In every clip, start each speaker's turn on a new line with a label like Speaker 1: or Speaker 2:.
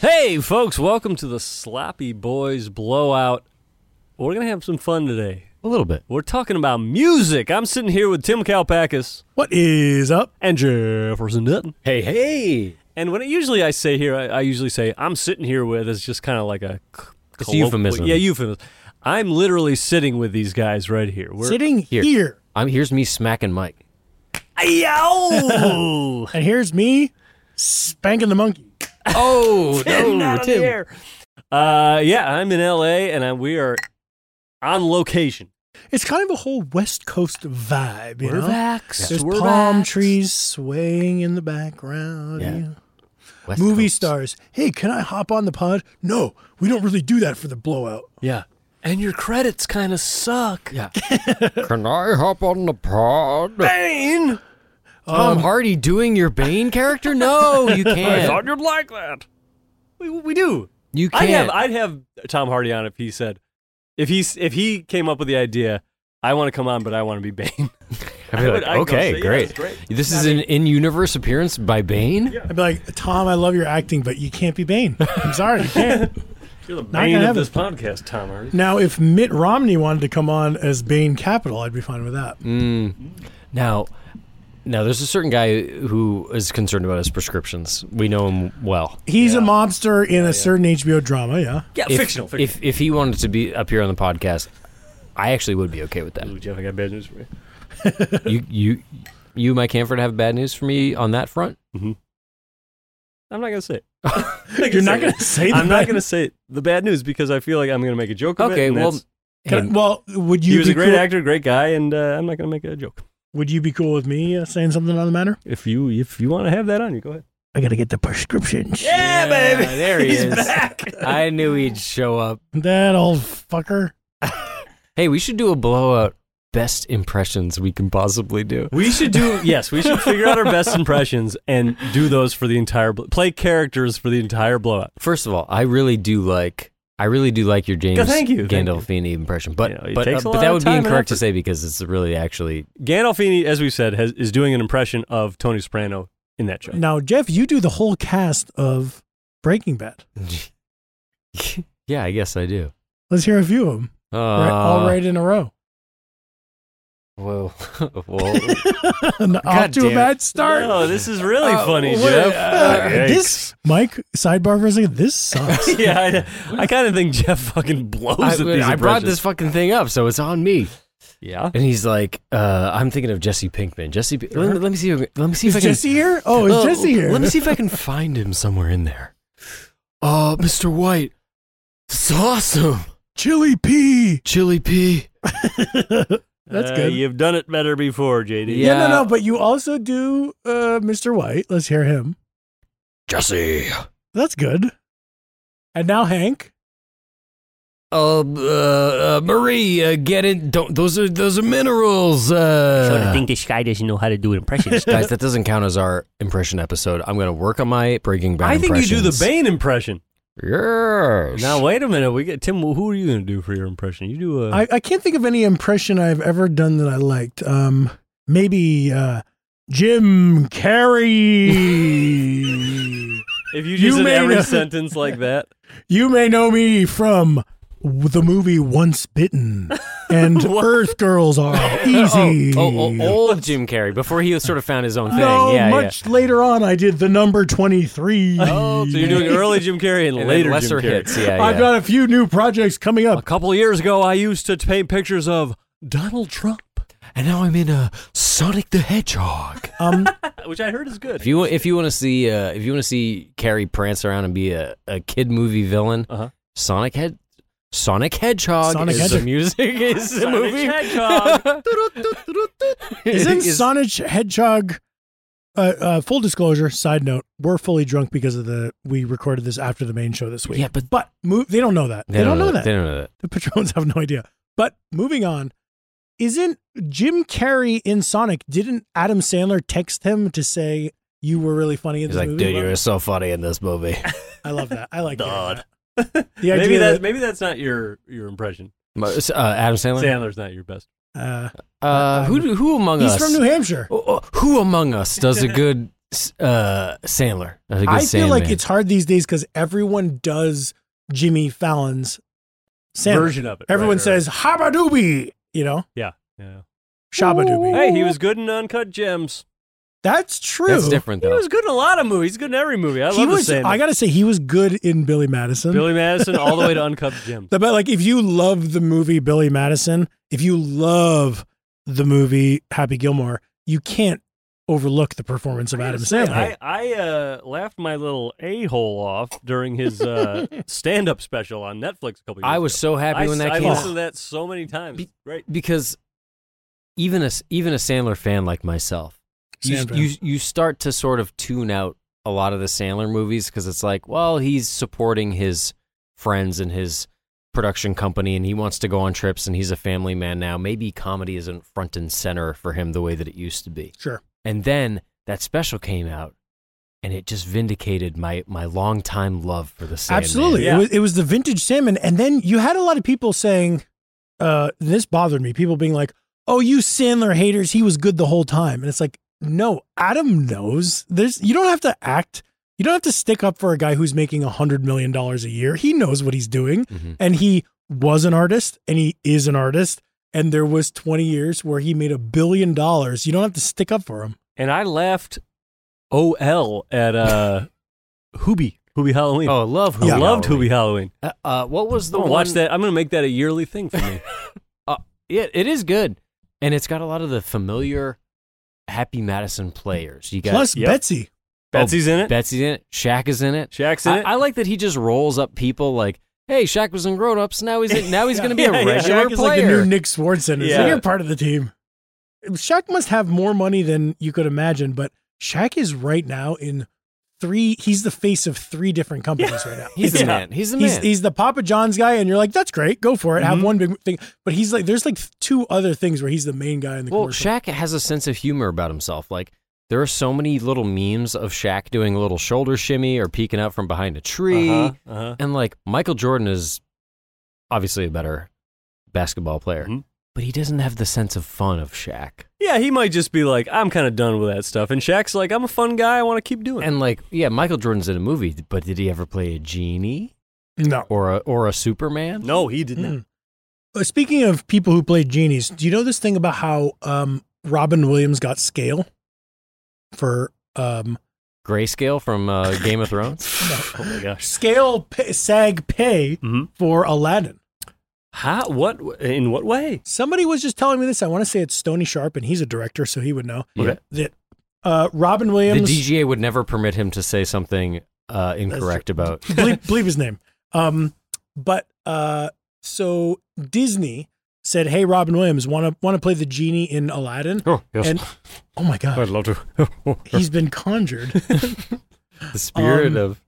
Speaker 1: Hey, folks, welcome to the Sloppy Boys Blowout. We're going to have some fun today.
Speaker 2: A little bit.
Speaker 1: We're talking about music. I'm sitting here with Tim Kalpakis
Speaker 2: What is up?
Speaker 1: and Jefferson Dutton.
Speaker 2: Hey, hey.
Speaker 1: And when it, usually I say here, I, I usually say I'm sitting here with is just kind of like a c-
Speaker 2: It's a
Speaker 1: colloquial-
Speaker 2: euphemism.
Speaker 1: Yeah, euphemism. I'm literally sitting with these guys right here. We're
Speaker 3: sitting
Speaker 2: Here.
Speaker 3: here.
Speaker 2: I'm here's me smacking Mike.
Speaker 1: Ayow!
Speaker 3: and here's me spanking the monkey.
Speaker 2: Oh,
Speaker 1: Not on the air. Uh, yeah, I'm in LA and I, we are on location.
Speaker 3: It's kind of a whole West Coast vibe, you know.
Speaker 1: vaxxed.
Speaker 3: There's
Speaker 1: We're
Speaker 3: palm
Speaker 1: vaxxed.
Speaker 3: trees swaying in the background.
Speaker 2: Yeah.
Speaker 3: yeah. Movie stars. Hey, can I hop on the pod? No, we don't really do that for the blowout.
Speaker 1: Yeah. And your credits kind of suck.
Speaker 2: Yeah. Can I hop on the pod?
Speaker 1: Bane! Um,
Speaker 2: Tom Hardy doing your Bane character? No, you can't.
Speaker 1: you'd like that. We, we do.
Speaker 2: You
Speaker 1: I'd have,
Speaker 2: can't.
Speaker 1: I'd have Tom Hardy on if he said, if he, if he came up with the idea, I want to come on, but I want to be Bane.
Speaker 2: I'd be
Speaker 1: I would- I'd
Speaker 2: like,
Speaker 1: go say,
Speaker 2: okay,
Speaker 1: yeah,
Speaker 2: great.
Speaker 1: that's great.
Speaker 2: This is an in-universe appearance by Bane.
Speaker 3: I'd be like, Tom, I love your acting, but you can't be Bane. I'm sorry, you can't.
Speaker 1: You're the
Speaker 3: Bane gonna of happen. this
Speaker 1: podcast, Tom Hardy.
Speaker 3: now, if Mitt Romney wanted to come on as Bane Capital, I'd be fine with that.
Speaker 1: Mm,
Speaker 2: Now, now there's a certain guy who is concerned about his prescriptions. We know him well.
Speaker 3: He's a mobster in a certain HBO drama, yeah.
Speaker 1: Yeah,
Speaker 2: If,
Speaker 1: fictional. fictional.
Speaker 2: If if he wanted to be up here on the podcast, I actually would be okay with that.
Speaker 1: Ooh, Jeff, I got bad news for you.
Speaker 2: you you you Mike Hanford have bad news for me on that front.
Speaker 1: I'm not going to say it.
Speaker 3: You're not going to say that.
Speaker 1: I'm not going to say the bad news because I feel like I'm going to make a joke of it.
Speaker 2: Okay,
Speaker 1: and
Speaker 2: well,
Speaker 1: that's-
Speaker 2: hey,
Speaker 3: well, would you
Speaker 1: he was
Speaker 3: be
Speaker 1: a great
Speaker 3: cool-
Speaker 1: actor, great guy, and uh, I'm not going to make a joke.
Speaker 3: Would you be cool with me uh, saying something on the matter?
Speaker 1: If you if you want to have that on you, go ahead.
Speaker 3: I gotta get the prescriptions.
Speaker 2: yeah, baby, there he is.
Speaker 1: back.
Speaker 2: I knew he'd show up.
Speaker 3: That old fucker.
Speaker 2: Hey, we should do a blowout best impressions we can possibly do.
Speaker 1: We should do yes. We should figure out our best impressions and do those for the entire bl- play characters for the entire blowout.
Speaker 2: First of all, I really do like I really do like your James
Speaker 1: thank you, thank
Speaker 2: Gandolfini impression, but
Speaker 1: You know, it
Speaker 2: but, uh,
Speaker 1: takes a
Speaker 2: but
Speaker 1: lot
Speaker 2: that
Speaker 1: of
Speaker 2: would
Speaker 1: time
Speaker 2: be
Speaker 1: and
Speaker 2: incorrect to
Speaker 1: effort.
Speaker 2: say because it's really actually
Speaker 1: Gandolfini, as we said, has, is doing an impression of Tony Soprano in that show.
Speaker 3: Now, Jeff, you do the whole cast of Breaking Bad.
Speaker 2: yeah, I guess I do.
Speaker 3: Let's hear a few of them.
Speaker 2: Uh,
Speaker 3: right, all right in a row.
Speaker 2: Whoa, whoa.
Speaker 3: Off to
Speaker 2: damn
Speaker 3: a
Speaker 2: it.
Speaker 3: bad start. Uh,
Speaker 1: Oh, this is really funny,
Speaker 3: Wait,
Speaker 1: Jeff.
Speaker 3: uh,
Speaker 1: Yikes.
Speaker 3: this, Mike, sidebar for a second. This sucks.
Speaker 1: yeah, I, I kind of think Jeff fucking blows
Speaker 2: I,
Speaker 1: at these
Speaker 2: I brought
Speaker 1: impressions.
Speaker 2: this fucking thing up, so it's on me.
Speaker 1: Yeah,
Speaker 2: And he's like, uh, I'm thinking of Jesse Pinkman. Jesse, P- let, let me see. Let me see
Speaker 3: is
Speaker 2: if I can.
Speaker 3: Jesse here? Oh, is
Speaker 2: Uh,
Speaker 3: Jesse here?
Speaker 2: Let me see if I can find him somewhere in there. Uh, Mr. White, it's awesome.
Speaker 3: Chili P.
Speaker 2: Chili P.
Speaker 3: That's
Speaker 1: Uh,
Speaker 3: good.
Speaker 1: You've done it better before, JD.
Speaker 2: Yeah.
Speaker 3: No, no, no. But you also do uh, Mr. White. Let's hear him.
Speaker 2: Jesse.
Speaker 3: That's good. And now Hank.
Speaker 2: Uh, uh, uh, Marie, uh, get in. Don't. Those are those are minerals. Uh,
Speaker 1: this guy doesn't know how to do impressions.
Speaker 2: guys, that doesn't count as our impression episode. I'm gonna work on my Breaking Bad.
Speaker 1: I think you do the Bane impression.
Speaker 2: Yes.
Speaker 1: Now wait a minute, we get Tim. Who are you going to do for your impression? You do a.
Speaker 3: I, I can't think of any impression I've ever done that I liked. Um, maybe uh, Jim Carrey.
Speaker 1: if you
Speaker 3: you
Speaker 1: just did
Speaker 3: may
Speaker 1: every
Speaker 3: know-
Speaker 1: sentence like that,
Speaker 3: you may know me from w- the movie Once Bitten and Earth Girls Are Easy.
Speaker 2: Oh, oh, oh, old Jim Carrey before he sort of found his own thing.
Speaker 3: No,
Speaker 2: yeah,
Speaker 3: much later on, I did the number twenty-three.
Speaker 2: yeah. Oh,
Speaker 1: so you're doing early Jim Carrey and,
Speaker 2: and
Speaker 1: later
Speaker 2: later lesser
Speaker 1: Jim Carrey.
Speaker 2: hits. Yeah,
Speaker 3: I've
Speaker 2: yeah.
Speaker 3: got a few new projects coming
Speaker 1: A
Speaker 3: up.
Speaker 1: couple years ago, I used to paint pictures of Donald Trump,
Speaker 2: and now I'm in a Sonic the Hedgehog.
Speaker 3: Um,
Speaker 1: which I heard is good.
Speaker 2: if you if you want to see uh, if you want to see Carrie prance around and be a, a kid movie villain,
Speaker 1: Uh-huh.
Speaker 2: Sonic Head. Sonic Hedgehog
Speaker 3: Sonic
Speaker 2: is the
Speaker 3: Hedgehog.
Speaker 2: music is the
Speaker 1: Sonic
Speaker 2: movie.
Speaker 1: Hedgehog.
Speaker 3: Isn't
Speaker 2: Is-
Speaker 3: Sonic Hedgehog? Uh, uh, full disclosure, side note: we're fully drunk because of the we recorded this after the main show this week.
Speaker 2: Yeah, but-
Speaker 3: but mo- they don't know that. They, don't know that.
Speaker 2: They don't know that.
Speaker 3: The patrons have no idea. But moving on, Isn't Jim Carrey in Sonic? Didn't Adam Sandler text him to say you were really funny in
Speaker 2: He's
Speaker 3: this
Speaker 2: like,
Speaker 3: movie?
Speaker 2: dude, you were so funny in this movie.
Speaker 3: I love that. I like
Speaker 1: Dude.
Speaker 3: that. The idea
Speaker 1: maybe that's
Speaker 3: that,
Speaker 1: maybe that's not your your impression.
Speaker 2: Uh, Adam Sandler.
Speaker 1: Sandler's not your best.
Speaker 3: uh,
Speaker 2: Uh, who who among
Speaker 3: he's
Speaker 2: us?
Speaker 3: from New Hampshire.
Speaker 2: Oh, oh, who among us does a good uh, Sandler? Does a good
Speaker 3: I feel like
Speaker 2: Sandman?
Speaker 3: it's hard these days because everyone does Jimmy Fallon's Sandler.
Speaker 1: Version of it.
Speaker 3: Everyone
Speaker 1: right, right,
Speaker 3: says Habadoobie, you know,
Speaker 1: right.
Speaker 3: Shabadoobie.
Speaker 1: Yeah. Hey, he was good in Uncut Gems.
Speaker 3: That's true.
Speaker 2: that's different
Speaker 1: He
Speaker 2: though.
Speaker 1: was good in a lot of movies. He's good in every movie. I
Speaker 3: He
Speaker 1: love
Speaker 3: was.
Speaker 1: the Sandman.
Speaker 3: I gotta say, he was good in Billy Madison.
Speaker 1: Billy Madison all the way to Uncut Gems.
Speaker 3: But like, if you love the movie Billy Madison, if you love the movie Happy Gilmore, you can't overlook the performance of
Speaker 1: I
Speaker 3: Adam
Speaker 1: gotta say,
Speaker 3: Sandler.
Speaker 1: I, I uh, laughed my little a hole off during his uh, stand up special on Netflix a couple years
Speaker 2: I was
Speaker 1: ago.
Speaker 2: so happy when
Speaker 1: I,
Speaker 2: that
Speaker 1: I
Speaker 2: came
Speaker 1: listened
Speaker 2: out
Speaker 1: to that so many times.
Speaker 2: Be-
Speaker 1: Great.
Speaker 2: because even a even a Sandler fan like myself, you,
Speaker 3: Sandman.
Speaker 2: you you start to sort of tune out a lot of the Sandler movies because it's like, well, he's supporting his friends and his production company, and he wants to go on trips, and he's a family man now. Maybe comedy isn't front and center for him the way that it used to be.
Speaker 3: sure.
Speaker 2: And then that special came out, and it just vindicated my my longtime love for the Sandman.
Speaker 3: Absolutely.
Speaker 1: Yeah.
Speaker 3: It was it was the vintage salmon. And then you had a lot of people saying, uh, this bothered me, people being like, Oh, you Sandler haters, he was good the whole time. And it's like, no, Adam knows. There's you don't have to act, you don't have to stick up for a guy who's making a hundred million dollars a year. He knows what he's doing.
Speaker 2: Mhm.
Speaker 3: And he was an artist and he is an artist. And there was 20 years where he made a billion dollars. You don't have to stick up for him.
Speaker 1: And I laughed OL at uh, Hoobie. Hoobie Halloween.
Speaker 2: Oh, I love Who
Speaker 1: I loved Hoobie Halloween.
Speaker 2: Uh, uh, what was the
Speaker 1: I'm gonna
Speaker 2: one? Uh,
Speaker 1: watch that. I'm going to make that a yearly thing for me.
Speaker 2: Yeah, it is good, and it's got a lot of the familiar Happy Madison players. You got Oh,
Speaker 3: Plus
Speaker 1: yep.
Speaker 3: Betsy.
Speaker 1: Betsy's in it.
Speaker 2: Betsy's in it. Shaq is in it.
Speaker 1: Shaq's in
Speaker 2: I,
Speaker 1: it.
Speaker 2: I like that he just rolls up people like, "Hey, Shaq was in Grown Ups. Now he's in, now he's going to be
Speaker 1: Yeah,
Speaker 2: a
Speaker 1: yeah.
Speaker 2: regular
Speaker 3: Shaq is
Speaker 2: player."
Speaker 3: like the new Nick Swartzen. Yeah.
Speaker 1: Yeah.
Speaker 3: you're part of the team. Shaq must have more money than you could imagine, but Shaq is right now in three. He's the face of three different companies right now.
Speaker 2: he's the
Speaker 1: Yeah.
Speaker 2: man. He's the man.
Speaker 3: He's, he's the Papa John's guy, and you're like, that's great, go for it. Have
Speaker 1: Mhm.
Speaker 3: one big thing, but he's like, there's like two other things where he's the main guy in the
Speaker 2: well,
Speaker 3: commercial.
Speaker 2: Shaq has a sense of humor about himself. Like there are so many little memes of Shaq doing a little shoulder shimmy or peeking out from behind a tree,
Speaker 1: Uh-huh, uh-huh.
Speaker 2: and like Michael Jordan is obviously a better basketball player,
Speaker 3: Mm-hmm.
Speaker 1: Mhm.
Speaker 2: but he doesn't have the sense of fun of Shaq.
Speaker 1: Yeah, he might just be like, I'm kind of done with that stuff. And Shaq's like, I'm a fun guy. I want to keep doing it.
Speaker 2: And like, yeah, Michael Jordan's in a movie, but did he ever play a genie
Speaker 3: no.
Speaker 2: or a or a Superman?
Speaker 1: No, he did not.
Speaker 3: Mm. Uh, Speaking of people who played genies, do you know this thing about how um, Robin Williams got scale for um,
Speaker 2: Grayscale from uh, Game of Thrones.
Speaker 1: Oh my gosh.
Speaker 3: scale pay, sag pay
Speaker 1: Mhm.
Speaker 3: for Aladdin.
Speaker 1: How? What? In what way?
Speaker 3: Somebody was just telling me this. I want to say it's Stony Sharp, and he's a director, so he would know
Speaker 2: Yeah.
Speaker 3: that uh, Robin
Speaker 2: The
Speaker 3: Williams.
Speaker 2: DGA would never permit him to say something uh, incorrect about.
Speaker 3: bleep, bleep his name. Um, but uh, so Disney said, "Hey, Robin Williams, want to want to play the genie in Aladdin?"
Speaker 2: Oh yes,
Speaker 3: And oh my god,
Speaker 2: love to.
Speaker 3: he's been conjured.
Speaker 2: the spirit
Speaker 3: Um,
Speaker 2: of.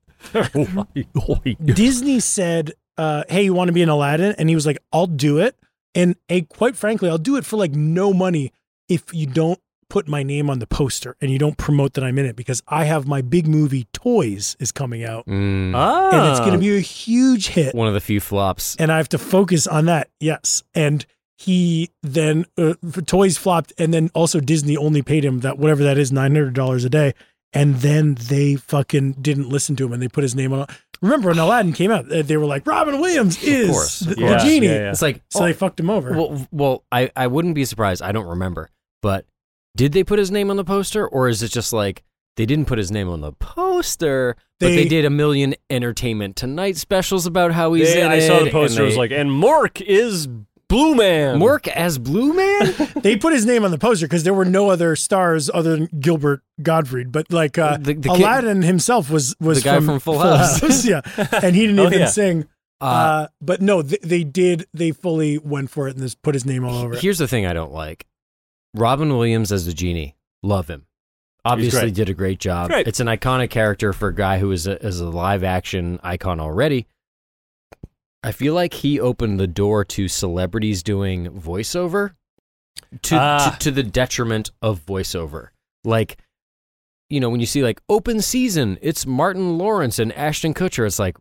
Speaker 3: Disney said, uh, "Hey, you want to be in Aladdin?" And he was like, "I'll do it." And a quite frankly, I'll do it for like no money if you don't put my name on the poster and you don't promote that I'm in it because I have my big movie Toys is coming out
Speaker 2: Mm,
Speaker 3: uh,
Speaker 1: ah,
Speaker 3: and it's going to be a huge hit.
Speaker 2: one of the few flops.
Speaker 3: and I have to focus on that. Yes, and he then uh, f- toys flopped, and then also Disney only paid him that whatever that is nine hundred dollars a day, and then they fucking didn't listen to him, and they put his name on. Remember when Aladdin came out, uh, they were like Robin Williams
Speaker 2: course,
Speaker 3: is the,
Speaker 2: of
Speaker 3: the
Speaker 2: course.
Speaker 3: genie,
Speaker 1: Yeah, yeah.
Speaker 2: It's like oh,
Speaker 3: so they fucked him over.
Speaker 2: Well, well, I, I wouldn't be surprised. I don't remember, but did they put his name on the poster, or is it just like they didn't put his name on the poster, but they
Speaker 3: They-
Speaker 2: did a million Entertainment Tonight specials about how he's
Speaker 1: They-
Speaker 2: in
Speaker 1: I
Speaker 2: it?
Speaker 1: saw the
Speaker 2: and
Speaker 1: poster. it was
Speaker 2: they-
Speaker 1: like, and Mork is Blue Man.
Speaker 2: Mork as Blue Man.
Speaker 3: they put his name on the poster because there were no other stars other than Gilbert Gottfried, but like uh,
Speaker 2: The- the kid-
Speaker 3: Aladdin himself was was
Speaker 2: The guy from Full House.
Speaker 3: yeah, and he didn't
Speaker 1: Oh,
Speaker 3: even
Speaker 1: yeah.
Speaker 3: sing.
Speaker 2: Uh,
Speaker 3: Uh, but no, they, they did. They fully went for it and just put his name all over it.
Speaker 2: here's the thing I don't like: Robin Williams as the genie. Love him. Obviously,
Speaker 1: great.
Speaker 2: did a great job.
Speaker 1: Great.
Speaker 2: It's an iconic character for a guy who is a, is a live action icon already. I feel like he opened the door to celebrities doing voiceover to,
Speaker 1: Ah.
Speaker 2: to to the detriment of voiceover. Like, you know, when you see like open season, it's Martin Lawrence and Ashton Kutcher. It's like,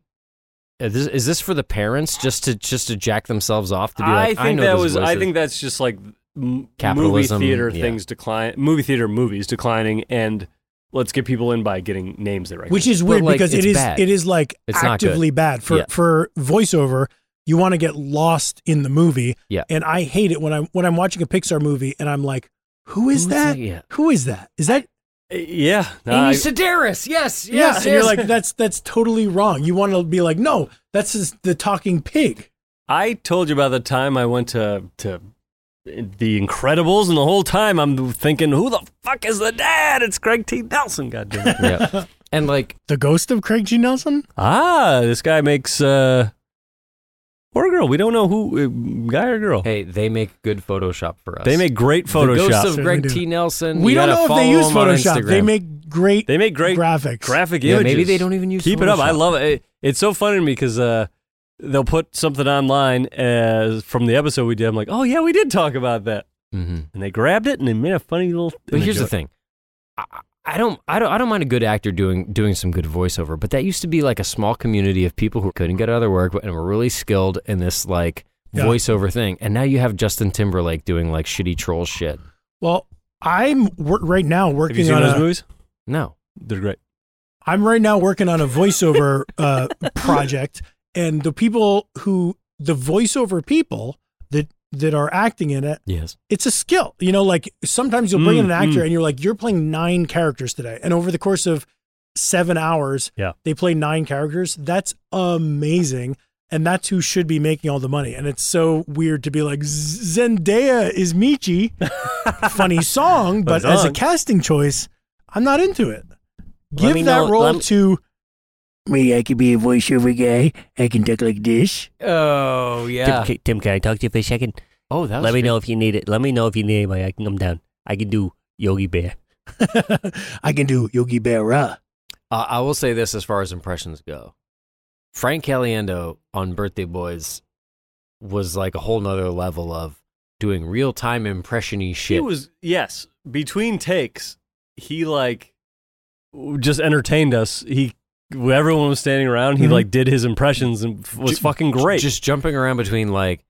Speaker 2: is this, is this for the parents just to just to jack themselves off to be
Speaker 1: I
Speaker 2: like?
Speaker 1: think
Speaker 2: I, know
Speaker 1: that
Speaker 2: this
Speaker 1: was.
Speaker 2: voice
Speaker 1: I
Speaker 2: is-
Speaker 1: think that's just like m- movie
Speaker 2: Capitalism,
Speaker 1: theater
Speaker 2: yeah.
Speaker 1: things decline. Movie theater movies declining, and let's get people in by getting names that
Speaker 3: which is weird
Speaker 2: like,
Speaker 3: because it
Speaker 2: it's
Speaker 3: is
Speaker 2: bad.
Speaker 3: it is like
Speaker 2: It's not good.
Speaker 3: actively bad for
Speaker 2: Yeah.
Speaker 3: for voiceover. You want to get lost in the movie,
Speaker 2: Yeah.
Speaker 3: And I hate it when I'm when I'm watching a Pixar movie and I'm like, who is
Speaker 2: Who's
Speaker 3: that?
Speaker 2: Yeah.
Speaker 3: Who is that? Is that
Speaker 1: Uh, yeah. no, I-
Speaker 2: Amy Sedaris. Yes. Yes.
Speaker 3: yeah?
Speaker 2: yes.
Speaker 3: And you're like, that's that's totally wrong. You want to be like, no, that's just the talking pig.
Speaker 1: I told you about the time I went to to the Incredibles, and the whole time I'm thinking, who the fuck is the dad? It's Greg T. Nelson. Goddamn. it.
Speaker 2: yeah. And like,
Speaker 3: The ghost of Craig G. Nelson.
Speaker 1: ah, this guy makes uh, or girl. We don't know who uh, guy or girl.
Speaker 2: hey, they make good Photoshop for us.
Speaker 1: They make great
Speaker 2: The
Speaker 1: Photoshop.
Speaker 2: ghost of
Speaker 3: Certainly
Speaker 2: Greg
Speaker 3: do.
Speaker 2: T. Nelson.
Speaker 3: we
Speaker 2: You
Speaker 3: don't
Speaker 2: gotta
Speaker 3: know if they
Speaker 2: follow
Speaker 3: use
Speaker 2: him on
Speaker 3: Photoshop. They
Speaker 2: Instagram.
Speaker 3: make great
Speaker 1: they make great
Speaker 3: graphics.
Speaker 1: graphic
Speaker 2: Yeah,
Speaker 1: images.
Speaker 2: maybe they don't even use.
Speaker 1: keep it up. I
Speaker 2: Photoshop.
Speaker 1: love it. it. It's so funny to me because uh, they'll put something online as from the episode we did. I'm like, oh yeah, we did talk about that,
Speaker 2: Mhm.
Speaker 1: and they grabbed it and they made a funny little.
Speaker 2: But here's the
Speaker 1: thing.
Speaker 2: thing. I, I don't. I don't. I don't mind a good actor doing doing some good voiceover. But that used to be like a small community of people who couldn't get out of their work and were really skilled in this like
Speaker 3: Yeah.
Speaker 2: voiceover thing. And now you have Justin Timberlake doing like shitty troll shit.
Speaker 3: Well, I'm wor- right now
Speaker 1: Have you
Speaker 3: working
Speaker 1: seen
Speaker 3: on
Speaker 1: those
Speaker 3: a,
Speaker 1: movies?
Speaker 2: No.
Speaker 1: They're great.
Speaker 3: I'm right now working on a voiceover uh, project, and the people who the voiceover people that that are acting in it,
Speaker 2: Yes.
Speaker 3: it's a skill. You know, like sometimes you'll bring in an
Speaker 1: Mm,
Speaker 3: actor
Speaker 1: mm.
Speaker 3: and you're like, you're playing nine characters today, and over the course of seven hours,
Speaker 1: Yeah.
Speaker 3: they play nine characters. That's amazing. And that's who should be making all the money. And it's so weird to be like, "Z- Zendaya is Michi. Funny song, but as a
Speaker 1: song.
Speaker 3: casting choice, I'm not into it.
Speaker 1: Let
Speaker 3: Give
Speaker 1: me
Speaker 3: that
Speaker 1: know-
Speaker 3: role
Speaker 1: let me-
Speaker 3: to
Speaker 4: Me, I can be a voiceover guy. I can talk like this.
Speaker 2: Oh yeah.
Speaker 5: Tim, Tim, can I talk to you for a second?
Speaker 2: Oh, that was
Speaker 5: Let me know if you need it. Let me know if you need anybody. I can come down. I can do Yogi Bear.
Speaker 4: I can do Yogi Berra.
Speaker 2: Uh, I will say this as far as impressions go. Frank Caliendo on Birthday Boys was like a whole nother level of doing real time impressiony shit.
Speaker 1: He was yes. Between takes, he like w- just entertained us. He when everyone was standing around. He
Speaker 5: Mm-hmm.
Speaker 3: Mhm.
Speaker 1: like did his impressions and f- was
Speaker 2: Ju-
Speaker 1: fucking great.
Speaker 2: Just jumping around between like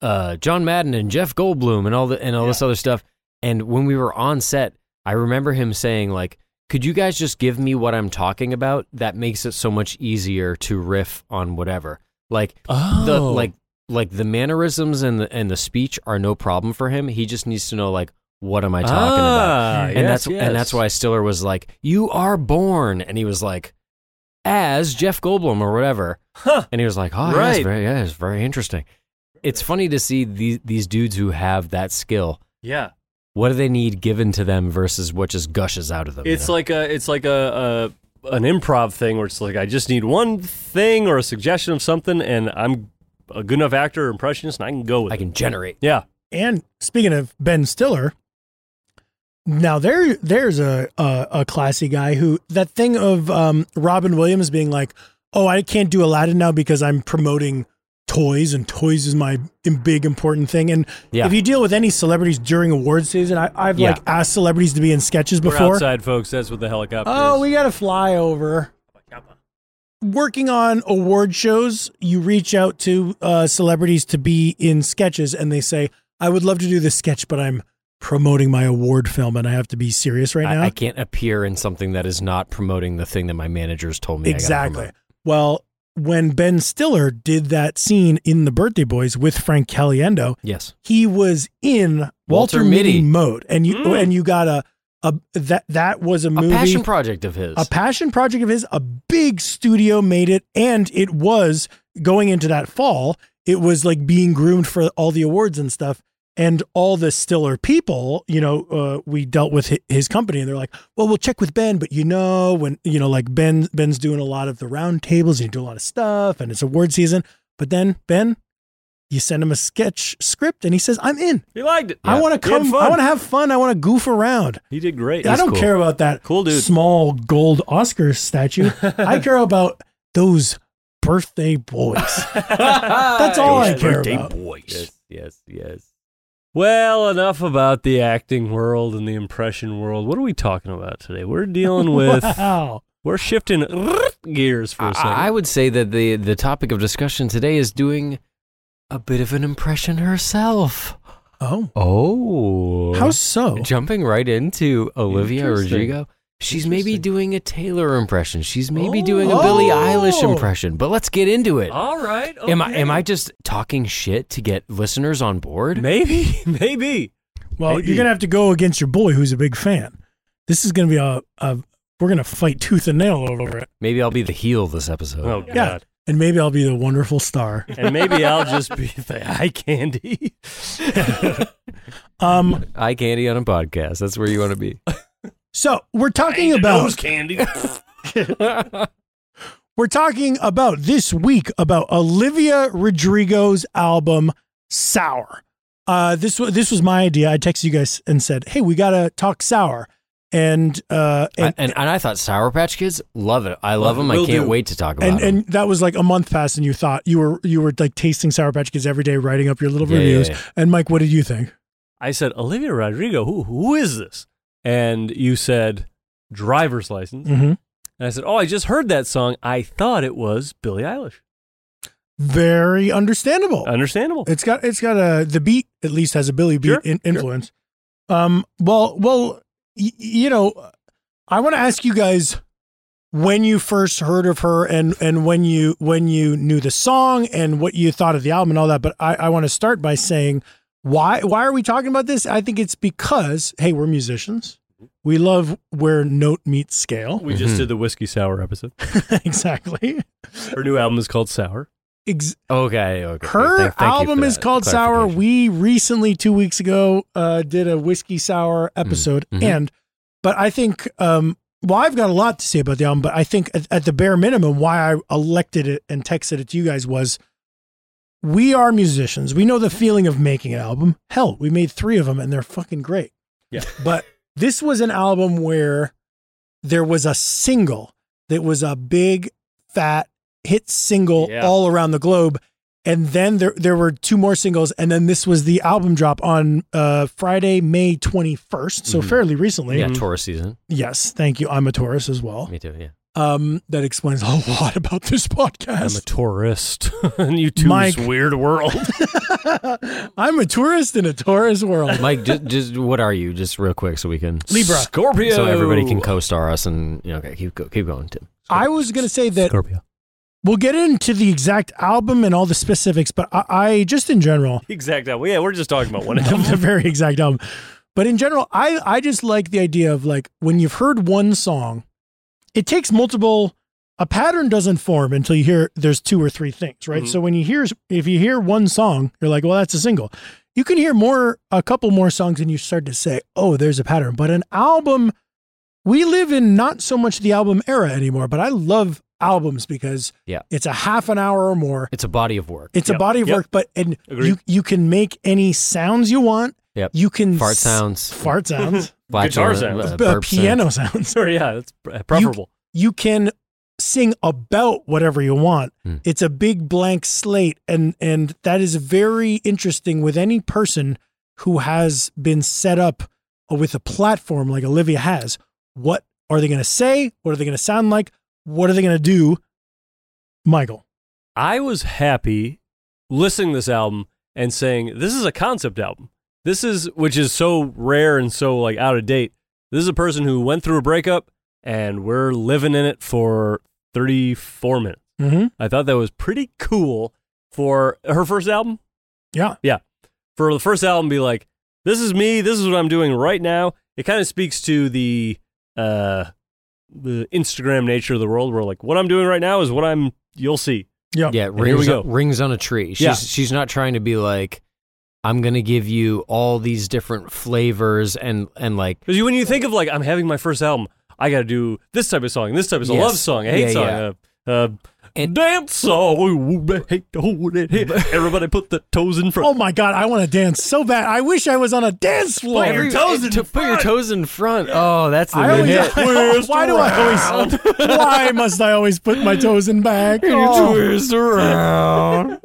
Speaker 2: uh, John Madden and Jeff Goldblum and all the and all this other stuff. And when we were on set, I remember him saying like, "Could you guys just give me what I'm talking about? That makes it so much easier to riff on whatever." Like
Speaker 1: oh,
Speaker 2: the like like the mannerisms and the and the speech are no problem for him. He just needs to know like what am I talking about?
Speaker 1: Ah,
Speaker 2: And
Speaker 1: yes,
Speaker 2: that's
Speaker 1: yes.
Speaker 2: and that's why Stiller was like, "You are born," and he was like, "As Jeff Goldblum or whatever,"
Speaker 1: Huh.
Speaker 2: and he was like, "Oh, yeah, it's
Speaker 1: Right.
Speaker 2: very, yeah, it's very interesting." It's funny to see these these dudes who have that skill.
Speaker 1: Yeah.
Speaker 2: What do they need given to them versus what just gushes out of them?
Speaker 1: It's like a it's like a, a an improv thing where it's like I just need one thing or a suggestion of something, and I'm a good enough actor or impressionist, and I can go with
Speaker 2: I
Speaker 1: it.
Speaker 2: can generate.
Speaker 1: Yeah,
Speaker 3: And speaking of Ben Stiller, now there there's a a, a classy guy who that thing of um, Robin Williams being like, "Oh, I can't do Aladdin now because I'm promoting toys and toys is my im- big important thing." And
Speaker 2: Yeah.
Speaker 3: if you deal with any celebrities during award season, I, I've
Speaker 2: Yeah.
Speaker 3: like asked celebrities to be in sketches
Speaker 1: we're
Speaker 3: before.
Speaker 1: outside, folks. That's what the helicopter.
Speaker 3: Oh,
Speaker 1: is.
Speaker 3: we got to fly over. Working on award shows, you reach out to uh, celebrities to be in sketches, and they say, "I would love to do this sketch, but I'm promoting my award film, and I have to be serious right
Speaker 2: I,
Speaker 3: now."
Speaker 2: I can't appear in something that is not promoting the thing that my managers told me. I gotta
Speaker 3: exactly.
Speaker 2: promote.
Speaker 3: Well, when Ben Stiller did that scene in The Birthday Boys with Frank Caliendo,
Speaker 2: Yes.
Speaker 3: he was in Walter,
Speaker 2: Walter
Speaker 3: Mitty.
Speaker 2: Mitty.
Speaker 3: mode, and you
Speaker 1: Mm.
Speaker 3: and you got a, a that that was a,
Speaker 2: A
Speaker 3: movie
Speaker 2: passion project of his.
Speaker 3: a passion project of his. A big studio made it, and it was going into that fall. It was like being groomed for all the awards and stuff, and all the Stiller people. You know, uh, we dealt with hi- his company, and they're like, "Well, we'll check with Ben, but you know, when you know, like Ben, Ben's doing a lot of the round tables, and you do a lot of stuff, and it's award season. But then Ben, you send him a sketch script, and he says, "I'm in.
Speaker 1: He liked it.
Speaker 3: I
Speaker 2: Yeah.
Speaker 3: want to
Speaker 1: He had
Speaker 3: come.
Speaker 1: fun.
Speaker 3: I want to have fun. I want to goof around."
Speaker 1: He did great.
Speaker 3: I don't
Speaker 2: cool.
Speaker 3: care about that
Speaker 1: Cool dude.
Speaker 3: small gold Oscar statue. I care about those birthday boys.
Speaker 1: That's
Speaker 3: all I
Speaker 1: Yes.
Speaker 3: care about.
Speaker 2: Yes, yes, yes.
Speaker 1: Well, enough about the acting world and the impression world. What are we talking about today? We're dealing with
Speaker 3: wow.
Speaker 1: we're shifting gears for a second.
Speaker 2: I, I would say that the the topic of discussion today is doing a bit of an impression herself.
Speaker 3: Oh,
Speaker 2: Oh,
Speaker 3: how so?
Speaker 2: jumping right into Olivia
Speaker 1: Interesting.
Speaker 2: Rodrigo. She's maybe
Speaker 1: Interesting.
Speaker 2: doing a Taylor impression. She's maybe
Speaker 1: Oh.
Speaker 2: doing a Billie
Speaker 3: Oh.
Speaker 2: Eilish impression. But let's get into it.
Speaker 1: All right.
Speaker 2: Am I am
Speaker 1: okay.
Speaker 2: I just talking shit to get listeners on board?
Speaker 1: Maybe, maybe.
Speaker 3: Well,
Speaker 1: Maybe.
Speaker 3: you're gonna have to go against your boy, who's a big fan. This is gonna be a, a we're gonna fight tooth and nail over it.
Speaker 2: Maybe I'll be the heel this episode.
Speaker 1: Oh
Speaker 3: Yeah.
Speaker 1: God.
Speaker 3: And maybe I'll be the wonderful star.
Speaker 1: And maybe I'll just be the eye candy.
Speaker 3: Um,
Speaker 2: Eye candy on a podcast. That's where you want to be.
Speaker 3: so we're talking about
Speaker 1: candy.
Speaker 3: we're talking about this week about Olivia Rodrigo's album Sour. Uh, this was this was my idea. I texted you guys and said, "Hey, we gotta talk Sour." And uh,
Speaker 2: and,
Speaker 3: and
Speaker 2: and and I thought Sour Patch Kids love it. I
Speaker 1: Love
Speaker 2: love
Speaker 1: it.
Speaker 2: them. I
Speaker 1: Will
Speaker 2: can't
Speaker 1: do.
Speaker 2: wait to talk about
Speaker 3: and,
Speaker 2: them.
Speaker 3: and that was like a month past, and you thought you were you were like tasting Sour Patch Kids every day, writing up your little
Speaker 2: Yeah, yeah,
Speaker 3: reviews.
Speaker 2: yeah.
Speaker 3: And Mike, what did you think?
Speaker 1: I said, Olivia Rodrigo, who who is this? And you said, driver's license.
Speaker 3: Mm-hmm.
Speaker 1: And I said, oh, I just heard that song. I thought it was Billie Eilish.
Speaker 3: Very understandable.
Speaker 1: Understandable.
Speaker 3: It's got it's got a the beat at least has a Billy beat
Speaker 1: Sure,
Speaker 3: in, influence. Um. Well, well, y- you know, I want to ask you guys when you first heard of her and and when you when you knew the song and what you thought of the album and all that. But I, I want to start by saying why why are we talking about this? I think it's because hey, we're musicians.
Speaker 1: Mm-hmm.
Speaker 3: We love where note meets scale.
Speaker 1: We just
Speaker 2: Mhm.
Speaker 1: did the whiskey sour episode.
Speaker 3: exactly.
Speaker 1: Her new album is called Sour.
Speaker 3: Ex-
Speaker 2: Okay, okay.
Speaker 3: Her
Speaker 2: Thank- thank you
Speaker 3: album
Speaker 2: for
Speaker 3: is
Speaker 2: that
Speaker 3: called Sour.
Speaker 2: clarification.
Speaker 3: We recently, two weeks ago, uh, did a whiskey sour episode,
Speaker 2: mhm.
Speaker 3: and but I think, um, well, I've got a lot to say about the album, but I think at, at the bare minimum, why I elected it and texted it to you guys was we are musicians. We know the feeling of making an album. Hell, we made three of them, and they're fucking great.
Speaker 1: Yeah.
Speaker 3: but this was an album where there was a single that was a big fat hit single
Speaker 1: Yeah.
Speaker 3: all around the globe and then there there were two more singles and then this was the album drop on uh Friday May 21st so
Speaker 2: Mhm.
Speaker 3: fairly recently
Speaker 2: yeah, Taurus season.
Speaker 3: yes thank you I'm a Taurus as well
Speaker 2: Me too. Yeah.
Speaker 3: um that explains a lot about this
Speaker 1: I'm a
Speaker 3: podcast
Speaker 1: tourist in you two's
Speaker 3: Mike.
Speaker 1: weird world.
Speaker 3: I'm a tourist in a Taurus world
Speaker 2: Mike, just, just what are you? Just real quick, so we can
Speaker 3: Libra.
Speaker 1: Scorpio.
Speaker 2: so everybody can co-star us and you know, okay, keep go, keep going, Tim.
Speaker 3: I was going to say that
Speaker 1: Scorpio.
Speaker 3: we'll get into the exact album and all the specifics but I, I just in general
Speaker 1: Exact album. Yeah, we're just talking about one
Speaker 3: the,
Speaker 1: album.
Speaker 3: the very exact album. But in general, I I just like the idea of like when you've heard one song, it takes multiple. A pattern doesn't form until you hear there's two or three things, right?
Speaker 1: Mhm.
Speaker 3: So when you hear if you hear one song, you're like, well, that's a single. You can hear more a couple more songs and you start to say, oh, there's a pattern. But an album, we live in not so much the album era anymore, but I love albums because
Speaker 2: Yeah.
Speaker 3: it's a half an hour or more.
Speaker 2: It's a body of work.
Speaker 3: It's
Speaker 1: Yep.
Speaker 3: a body of
Speaker 1: Yep.
Speaker 3: work, but and
Speaker 1: Agreed.
Speaker 3: you you can make any sounds you want.
Speaker 2: Yep.
Speaker 3: You can
Speaker 2: Fart
Speaker 3: s-
Speaker 2: sounds.
Speaker 3: fart sounds,
Speaker 1: Guitar
Speaker 2: flatulence,
Speaker 1: sounds.
Speaker 2: uh,
Speaker 3: uh,
Speaker 2: burp
Speaker 3: piano sounds.
Speaker 1: Sorry, yeah, that's pre- preferable.
Speaker 3: You can sing about whatever you want.
Speaker 2: Hmm.
Speaker 3: It's a big blank slate, and and that is very interesting with any person who has been set up with a platform like Olivia has. What are they going to say? What are they going to sound like? What are they going to do? Michael,
Speaker 1: I was happy listening to this album and saying this is a concept album. This is which is so rare and so like out of date. This is a person who went through a breakup and we're living in it for 34 minutes.
Speaker 3: mm-hmm.
Speaker 1: I thought that was pretty cool for her first album.
Speaker 3: yeah,
Speaker 1: For the first album be like this is me, this is what I'm doing right now. It kind of speaks to the uh the Instagram nature of the world where like what I'm doing right now is what I'm you'll see.
Speaker 3: yeah,
Speaker 2: Yeah,
Speaker 1: we
Speaker 2: rings,
Speaker 1: go.
Speaker 2: on, rings on a tree. She's
Speaker 1: Yeah.
Speaker 2: she's not trying to be like, I'm gonna give you all these different flavors and and like
Speaker 1: Because when you think of like I'm having my first album, I got to do this type of song, this type of song,
Speaker 2: Yes.
Speaker 1: love song, a hate
Speaker 2: Yeah,
Speaker 1: song,
Speaker 2: yeah.
Speaker 1: a, a
Speaker 2: And-
Speaker 1: dance song. Ooh, I hate to hold it here. Everybody put the toes in front.
Speaker 3: Oh my god, I want to dance so bad. I wish I was on a dance floor.
Speaker 1: your toes in
Speaker 2: to- Put your
Speaker 1: front.
Speaker 2: toes in front. Oh, that's the
Speaker 3: I
Speaker 2: new
Speaker 3: always,
Speaker 2: hit.
Speaker 1: Twist
Speaker 3: why do I always? Why must I always put my toes in back? Oh.
Speaker 2: Can you twist around?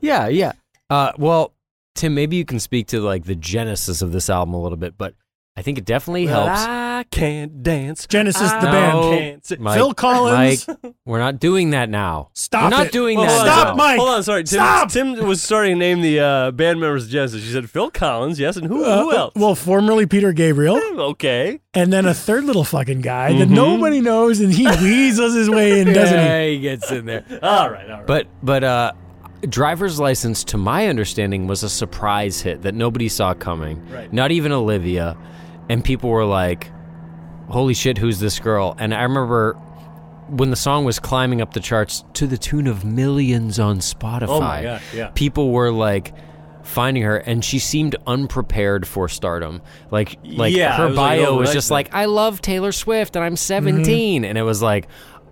Speaker 2: yeah, yeah. Uh, well, Tim, maybe you can speak to like the genesis of this album a little bit, but I think it definitely helps.
Speaker 1: I can't dance.
Speaker 3: Genesis, the
Speaker 1: I
Speaker 3: band.
Speaker 1: can't sit-
Speaker 2: Mike,
Speaker 3: Phil Collins.
Speaker 2: Mike, we're not doing that now.
Speaker 3: Stop
Speaker 2: We're not
Speaker 3: it.
Speaker 2: doing
Speaker 1: Well,
Speaker 2: that.
Speaker 1: hold on,
Speaker 3: Stop,
Speaker 1: sorry.
Speaker 2: now.
Speaker 3: Mike.
Speaker 1: Hold on, sorry. Tim,
Speaker 3: Stop!
Speaker 1: Tim was starting to name the uh, band members of Genesis. She said Phil Collins, yes, and who, who
Speaker 3: Uh,
Speaker 1: else?
Speaker 3: Well, formerly Peter
Speaker 1: uh,
Speaker 3: Gabriel,
Speaker 1: okay.
Speaker 3: and then a third little fucking guy that
Speaker 1: Mhm.
Speaker 3: nobody knows, and he weasels his way in, doesn't he?
Speaker 2: Mm-hmm. yeah, he gets in there.
Speaker 1: All right, all right.
Speaker 2: But but uh driver's license to my understanding was a surprise hit that nobody saw coming.
Speaker 1: Right.
Speaker 2: Not even Olivia. And people were like, "Holy shit, who's this girl?" And I remember when the song was climbing up the charts to the tune of millions on Spotify.
Speaker 1: oh my god, yeah.
Speaker 2: People were like finding her and she seemed unprepared for stardom. Like like
Speaker 1: Yeah, it
Speaker 2: her
Speaker 1: was like oh,
Speaker 2: bio was
Speaker 1: overnight
Speaker 2: just
Speaker 1: thing.
Speaker 2: like I love Taylor Swift and I'm 17 and it was like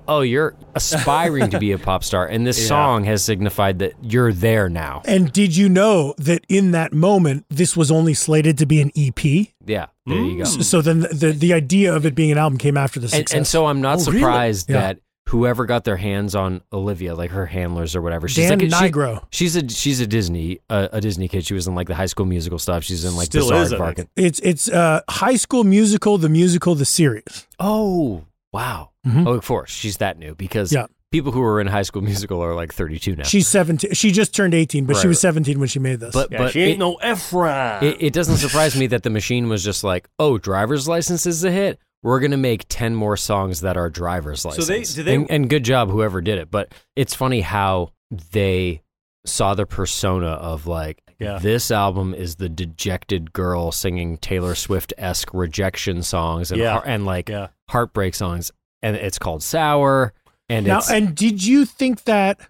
Speaker 2: oh you're aspiring to be a pop star and this
Speaker 1: Yeah.
Speaker 2: song has signified that you're there now.
Speaker 3: And did you know that in that moment, this was only slated to be an EP?
Speaker 2: Yeah. There you go.
Speaker 1: Mm.
Speaker 3: So then the, the, the idea of it being an album came after the
Speaker 2: And,
Speaker 3: success.
Speaker 2: and so I'm not
Speaker 3: Oh, really?
Speaker 2: surprised
Speaker 3: Yeah.
Speaker 2: that whoever got their hands on Olivia like her handlers or whatever she's
Speaker 3: Dan
Speaker 2: like she-
Speaker 3: Nigro.
Speaker 2: She's a she's a Disney uh, a Disney kid. She was in like the High School Musical stuff. She's in like
Speaker 1: Still
Speaker 2: Bizarre
Speaker 1: is, I think.
Speaker 2: Varkin.
Speaker 3: It's it's uh, High School Musical, the musical, the series.
Speaker 2: Oh, wow.
Speaker 3: Mhm.
Speaker 2: Oh, of course. She's that new because
Speaker 3: Yeah.
Speaker 2: people who are in high school musical are like 32 now.
Speaker 3: She's seventeen. She just turned eighteen, but
Speaker 2: Right,
Speaker 3: she was
Speaker 2: right.
Speaker 3: seventeen when she made this.
Speaker 2: but
Speaker 1: Yeah,
Speaker 2: but
Speaker 1: she ain't
Speaker 2: it,
Speaker 1: no Ephraim.
Speaker 2: it, it doesn't surprise me that the machine was just like, oh, driver's license is a hit. We're going to make 10 more songs that are driver's
Speaker 1: So
Speaker 2: license.
Speaker 1: they- do they-
Speaker 2: and, and good job, whoever did it. But it's funny how they saw the persona of like,
Speaker 1: Yeah.
Speaker 2: this album is the dejected girl singing Taylor Swift esque rejection songs and,
Speaker 1: Yeah.
Speaker 2: har- and like
Speaker 1: yeah.
Speaker 2: heartbreak songs, and it's called Sour. And
Speaker 3: now,
Speaker 2: it's,
Speaker 3: and did you think that?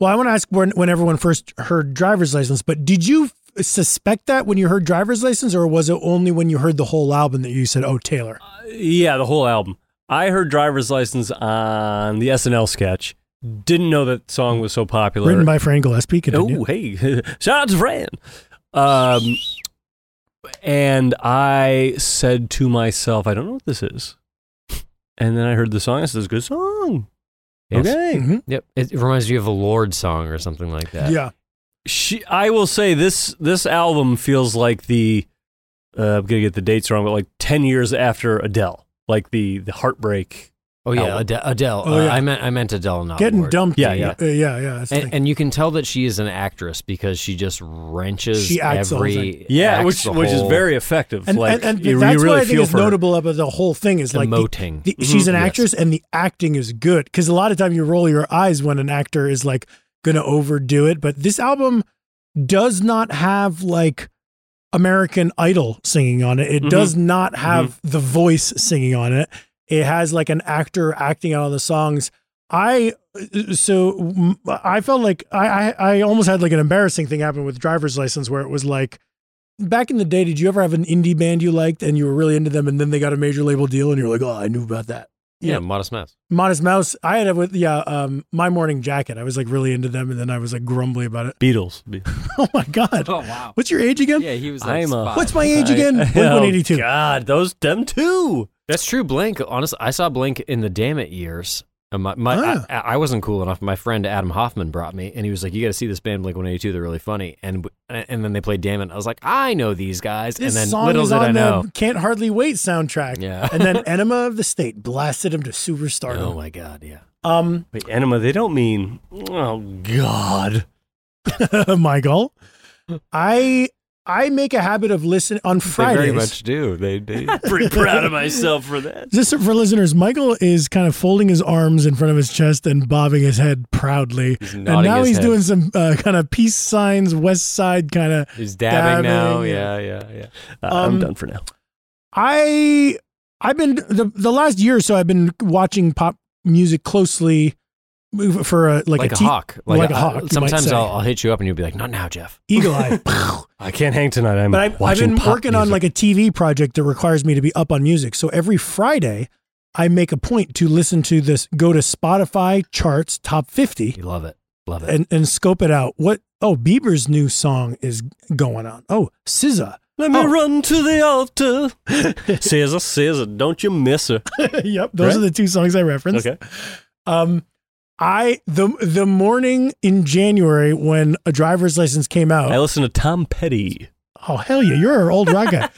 Speaker 3: Well, I want to ask when when everyone first heard driver's license, but did you f- suspect that when you heard driver's license, or was it only when you heard the whole album that you said, "Oh, Taylor"?
Speaker 1: Yeah, the whole album. I heard Driver's License on the SNL sketch. Didn't know that song was so popular.
Speaker 3: Written by Fran Gillespie. Continue.
Speaker 1: oh, hey. Shout out to Fran. Um, and I said to myself, I don't know what this is. And then I heard the song. I said, it's a good song.
Speaker 2: Yes.
Speaker 1: Okay.
Speaker 3: Mhm.
Speaker 2: Yep, it reminds you of a Lord song or something like that.
Speaker 3: yeah.
Speaker 1: she I will say this this album feels like the uh, I'm gonna get the dates wrong, but like ten years after Adele, like the the heartbreak.
Speaker 2: Oh yeah,
Speaker 1: Album.
Speaker 2: Ade- Adele.
Speaker 3: Oh,
Speaker 2: uh,
Speaker 3: yeah.
Speaker 2: I meant I meant Adele, not
Speaker 3: Getting
Speaker 2: Lorde.
Speaker 3: dumped.
Speaker 1: Yeah, yeah.
Speaker 3: Uh, yeah, yeah. that's the
Speaker 2: And,
Speaker 3: thing.
Speaker 2: and you can tell that she is an actress because she just wrenches
Speaker 3: She acts the whole
Speaker 2: every
Speaker 1: Yeah,
Speaker 2: acts
Speaker 1: which
Speaker 2: the
Speaker 1: which is
Speaker 2: whole
Speaker 1: very effective.
Speaker 3: and,
Speaker 1: like
Speaker 3: and, and
Speaker 1: you, you
Speaker 3: that's
Speaker 1: really
Speaker 3: what I think
Speaker 1: feel
Speaker 3: is
Speaker 1: for her.
Speaker 3: notable about the whole thing is like the-
Speaker 2: emoting.
Speaker 3: the- she's an
Speaker 2: Mhm. Yes.
Speaker 3: actress and the acting is good because a lot of time you roll your eyes when an actor is like gonna overdo it but this album does not have like american idol singing on it it
Speaker 1: Mhm.
Speaker 3: does not have
Speaker 1: Mm-hmm.
Speaker 3: the voice singing on it it has like an actor acting out on the songs i so mm, i felt like I, I i almost had like an embarrassing thing happen with driver's license where it was like back in the day did you ever have an indie band you liked and you were really into them and then they got a major label deal and you're like oh i knew about that
Speaker 2: yeah,
Speaker 3: yeah.
Speaker 2: Modest Mouse.
Speaker 3: Modest Mouse. I had it with yeah, um, my morning jacket. I was like really into them, and then I was like grumbly about it.
Speaker 1: Beatles.
Speaker 3: Oh my god,
Speaker 2: wow.
Speaker 3: what's your age again?
Speaker 2: he was.
Speaker 1: like, I'm a- five.
Speaker 3: What's my age again?
Speaker 1: I-
Speaker 3: Blink One Eighty
Speaker 1: Oh,
Speaker 3: Two.
Speaker 1: God, those them too.
Speaker 2: That's true. Blink. Honestly, I saw Blink in the Damn It years. And my, my,
Speaker 3: Ah.
Speaker 2: I, I wasn't cool enough. My friend Adam Hoffman brought me, and he was like, "You got to see this band Blink One Eighty Two. They're really funny." And w- and then they played Damn It. I was like, "I know these guys."
Speaker 3: This
Speaker 2: and then
Speaker 3: song
Speaker 2: little
Speaker 3: is
Speaker 2: did I
Speaker 3: on
Speaker 2: know.
Speaker 3: the "Can't Hardly Wait" soundtrack.
Speaker 2: Yeah.
Speaker 3: and then Enema of the State blasted him to superstardom.
Speaker 2: Oh my god. Yeah.
Speaker 3: Um,
Speaker 1: Wait, Enema. They don't mean. Oh God.
Speaker 3: Michael, I I make a habit of listening on Fridays.
Speaker 2: do. They they
Speaker 1: Pretty proud of myself for that.
Speaker 3: Just for listeners, Michael is kind of folding his arms in front of his chest and bobbing his head proudly.
Speaker 2: He's
Speaker 3: and
Speaker 2: nodding
Speaker 3: now
Speaker 2: his
Speaker 3: he's
Speaker 2: head.
Speaker 3: doing some uh, kind of peace signs, West Side kind of.
Speaker 2: He's
Speaker 3: dabbing now. Dabbing,
Speaker 2: Yeah, yeah, yeah.
Speaker 1: Uh,
Speaker 3: Um,
Speaker 1: I'm done for now.
Speaker 3: I I've been the the last year or so I've been watching pop music closely for a like,
Speaker 2: Like, a,
Speaker 3: te-
Speaker 2: hawk.
Speaker 3: like a hawk, you might
Speaker 2: sometimes
Speaker 3: say.
Speaker 2: I'll, I'll hit you up and you'll be like, "Not now, Jeff."
Speaker 3: eagle eye.
Speaker 1: I can't hang tonight. I'm
Speaker 3: but I've, I've
Speaker 1: watching
Speaker 3: been
Speaker 1: pop
Speaker 3: working on
Speaker 1: music.
Speaker 3: like a TV project that requires me to be up on music. So every Friday, I make a point to listen to this. Go to Spotify charts top fifty
Speaker 2: You love it. Love it.
Speaker 3: and and scope it out. What oh Bieber's new song is going on. Oh SZA.
Speaker 1: Let me
Speaker 3: Oh.
Speaker 1: run to the altar. Scissor, scissor, don't you miss her.
Speaker 3: yep, those
Speaker 1: Right?
Speaker 3: are the two songs I referenced.
Speaker 1: Okay.
Speaker 3: Um, I the the morning in January when a driver's license came out.
Speaker 1: I listened to Tom Petty.
Speaker 3: Oh hell yeah, you're an old rock guy.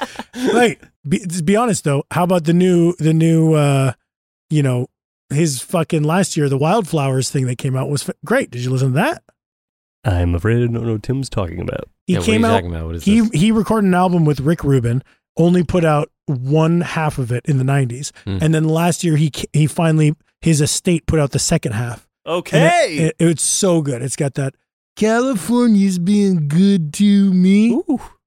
Speaker 3: like, be, just be honest though, how about the new the new uh you know his fucking last year the wildflowers thing that came out was f- great. Did you listen to that?
Speaker 1: I'm afraid I don't know what Tim's talking about.
Speaker 3: He
Speaker 2: Yeah, what are
Speaker 3: came
Speaker 2: you
Speaker 3: out.
Speaker 2: talking about? What is
Speaker 3: He
Speaker 2: this?
Speaker 3: he recorded an album with Rick Rubin. Only put out one half of it in the '90s,
Speaker 2: Hmm.
Speaker 3: and then last year he ca- he finally his estate put out the second half. And it-
Speaker 1: Okay.
Speaker 3: it- it's so good. It's got that California's being good to me.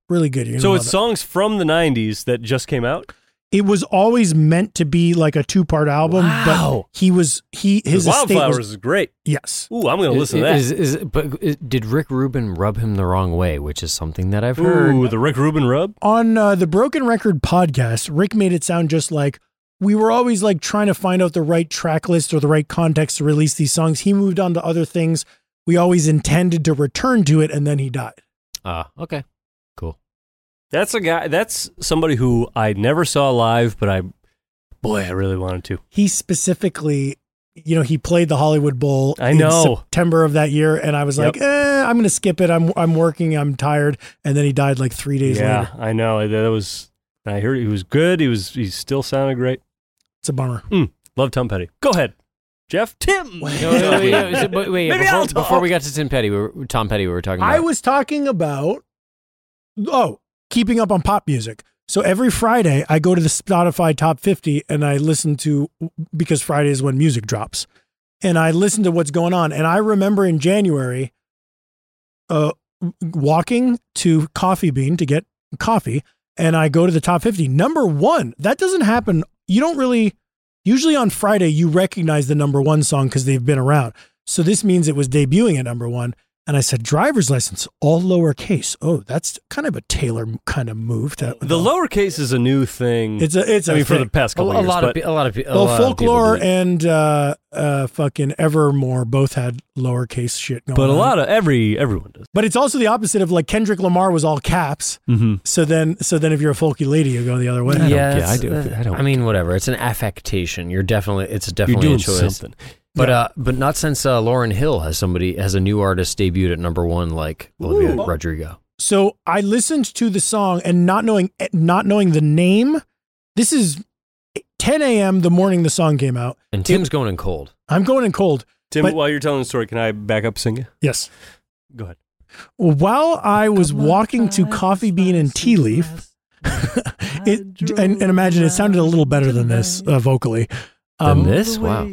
Speaker 3: Really good. You're gonna
Speaker 1: so
Speaker 3: love
Speaker 1: it's
Speaker 3: it.
Speaker 1: songs from the 90s that just came out?
Speaker 3: it was always meant to be like a two part album,
Speaker 1: Wow.
Speaker 3: but he was he his estate
Speaker 1: Wildflowers
Speaker 3: was,
Speaker 1: is great.
Speaker 3: yes.
Speaker 1: Ooh, I'm going to listen to that.
Speaker 2: Is, is, is- but is- did Rick Rubin rub him the wrong way, which is something that I've heard.
Speaker 1: Ooh, the Rick Rubin rub?
Speaker 3: On uh, the Broken Record podcast, Rick made it sound just like we were always like trying to find out the right track list or the right context to release these songs. He moved on to other things. We always intended to return to it, and then he died.
Speaker 2: Ah, okay. Cool.
Speaker 1: That's a guy. That's somebody who I never saw live, but I, boy, I really wanted to.
Speaker 3: He specifically, you know, he played the Hollywood Bowl.
Speaker 1: I
Speaker 3: in
Speaker 1: know.
Speaker 3: September of that year, and I was
Speaker 1: Yep.
Speaker 3: like, eh, I'm going to skip it. I'm I'm working. I'm tired. And then he died like three days
Speaker 1: yeah,
Speaker 3: later.
Speaker 1: I know. That was. I heard he was good. He was. He still sounded great.
Speaker 3: It's a bummer.
Speaker 1: Love Tom Petty. Go ahead, Jeff. Tim.
Speaker 2: No, no, no, wait, no, is it- but wait,
Speaker 1: Maybe
Speaker 2: before,
Speaker 1: I'll talk.
Speaker 2: before we got to Tim Petty, we were, Tom Petty, we were talking about.
Speaker 3: I was talking about oh, keeping up on pop music. So every Friday, I go to the Spotify Top 50 and I listen to because Friday is when music drops, and I listen to what's going on. And I remember in January, uh, walking to Coffee Bean to get coffee, and I go to the Top 50. Number one, that doesn't happen. You don't really. Usually on Friday, you recognize the number one song because they've been around. So this means it was debuting at number one. And I said, driver's license, all lowercase. Oh, that's kind of a Taylor kind of move. To,
Speaker 1: The lowercase is a new thing.
Speaker 3: It's a, it's
Speaker 1: I
Speaker 3: a
Speaker 1: mean, for the
Speaker 3: thing.
Speaker 1: past
Speaker 2: a, a
Speaker 1: couple years,
Speaker 2: lot of
Speaker 1: but
Speaker 2: pe- a lot of pe- a
Speaker 3: well,
Speaker 2: lot of people
Speaker 3: folklore
Speaker 2: do that.
Speaker 3: and uh, uh, fucking Evermore both had lowercase shit going
Speaker 1: but a
Speaker 3: on.
Speaker 1: lot of every everyone does.
Speaker 3: But it's also the opposite of like Kendrick Lamar was all caps.
Speaker 1: Mm-hmm.
Speaker 3: So then, so then if you're a folky lady, you go the other way.
Speaker 1: I don't
Speaker 2: yeah,
Speaker 1: care.
Speaker 2: it's-
Speaker 1: I do.
Speaker 2: uh,
Speaker 1: I don't
Speaker 2: mean, whatever. It's an affectation. You're definitely. It's
Speaker 1: You're
Speaker 2: definitely
Speaker 1: doing
Speaker 2: a choice.
Speaker 1: something.
Speaker 2: But uh, but not since uh, Lauren Hill has somebody has a new artist debuted at number one like Olivia
Speaker 1: Ooh.
Speaker 2: Rodrigo.
Speaker 3: So I listened to the song and not knowing not knowing the name. This is 10 a.m. the morning the song came out.
Speaker 2: And Tim's going in cold.
Speaker 3: I'm going in cold.
Speaker 1: Tim,
Speaker 3: But-
Speaker 1: while you're telling the story, can I back up singing?
Speaker 3: Yes.
Speaker 1: Go ahead.
Speaker 3: While I was walking to Coffee Bean and Tea Leaf, it and, and imagine it sounded a little better than this uh, vocally.
Speaker 2: Than
Speaker 3: Um,
Speaker 2: this, wow.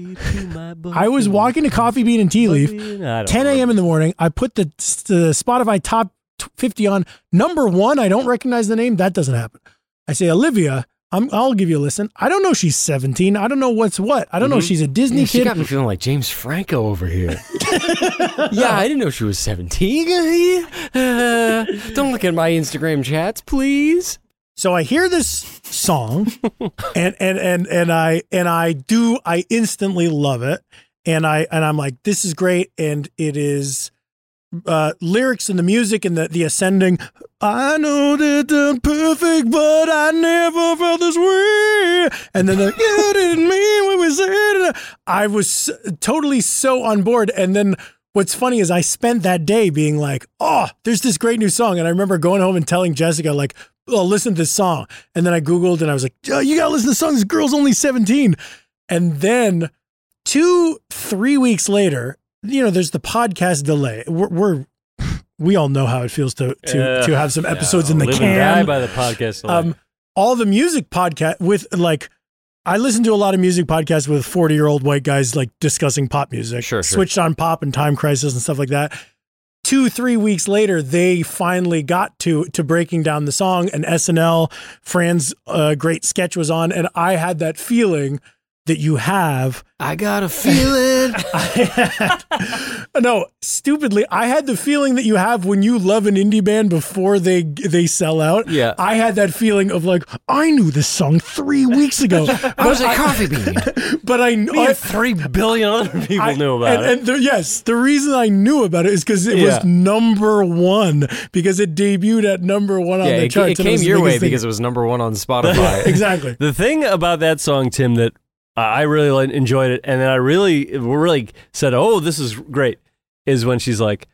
Speaker 3: I was walking to Coffee Bean and Tea Leaf, 10 a.m. in the morning. I put the, the Spotify top t- 50 on number one. I don't recognize the name. That doesn't happen. I say Olivia. I'm, I'll give you a listen. I don't know. She's 17. I don't know what's what. I don't know. if She's a Disney
Speaker 2: she
Speaker 3: kid.
Speaker 2: got me feeling like James Franco over here. yeah, I didn't know she was seventeen. Uh, don't look at my Instagram chats, please.
Speaker 3: So I hear this song and and and and I and I do I instantly love it and I and I'm like this is great and it is uh lyrics and the music and the the ascending I know that I'm perfect but I never felt this way and then the, you didn't mean what we said I was s- totally so on board and then What's funny is I spent that day being like, "Oh, there's this great new song," and I remember going home and telling Jessica, "Like, oh, listen to this song." And then I googled and I was like, oh, "You gotta listen to this song. This girl's only 17." And then two, three weeks later, you know, there's the podcast delay. We're, we're we all know how it feels to to
Speaker 1: Uh,
Speaker 3: to have some episodes in the
Speaker 1: Live
Speaker 3: can.
Speaker 1: and die by the podcast.
Speaker 3: Um, all the music podcast with like, I listen to a lot of music podcasts with forty year old white guys like discussing pop music,
Speaker 2: Sure, sure.
Speaker 3: switched on pop and time crisis and stuff like that. Two three weeks later, they finally got to to breaking down the song and SNL. Fran's uh, great sketch was on, and I had that feeling that you have
Speaker 2: I got a feeling.
Speaker 3: I had, no, stupidly, I had the feeling that you have when you love an indie band before they they sell out.
Speaker 1: Yeah.
Speaker 3: I had that feeling of like I knew this song three weeks ago,
Speaker 2: I was a coffee bean.
Speaker 3: but I know.
Speaker 1: Me and three billion other people knew about
Speaker 3: and,
Speaker 1: it.
Speaker 3: And the, yes, the reason I knew about it is because it
Speaker 1: Yeah.
Speaker 3: was number one because it debuted at number one on
Speaker 2: yeah,
Speaker 3: the
Speaker 2: it,
Speaker 3: charts.
Speaker 2: it
Speaker 3: and
Speaker 2: came
Speaker 3: was the
Speaker 2: your way
Speaker 3: biggest thing.
Speaker 2: because it was number one on Spotify.
Speaker 3: exactly.
Speaker 1: The thing about that song, Tim, that I I really li- enjoyed it, and then I really really said, "Oh, this is great." Is when she's like,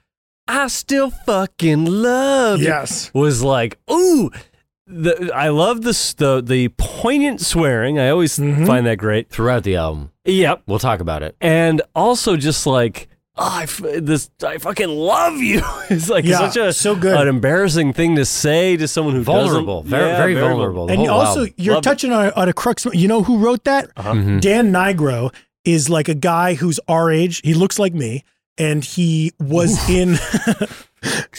Speaker 1: "I still fucking love." you."
Speaker 3: Yes.
Speaker 1: was like, "Ooh." The, I love this the the poignant swearing. I always
Speaker 3: Mhm.
Speaker 1: find that great.
Speaker 2: throughout the album.
Speaker 1: Yep,
Speaker 2: We'll talk about it.
Speaker 1: and also just like oh, I f- this I fucking love you. it's like
Speaker 3: Yeah,
Speaker 1: such a
Speaker 3: so good.
Speaker 1: an embarrassing thing to say to someone who
Speaker 2: Vulnerable,
Speaker 1: doesn't,
Speaker 2: very,
Speaker 1: Yeah,
Speaker 2: very vulnerable. The
Speaker 3: And
Speaker 2: whole
Speaker 3: also,
Speaker 2: album.
Speaker 3: you're
Speaker 1: Love it. Mm.
Speaker 3: touching on, on a crux. You know who wrote that?
Speaker 2: Mhm.
Speaker 3: Dan Nigro is like a guy who's our age. He looks like me, and he was in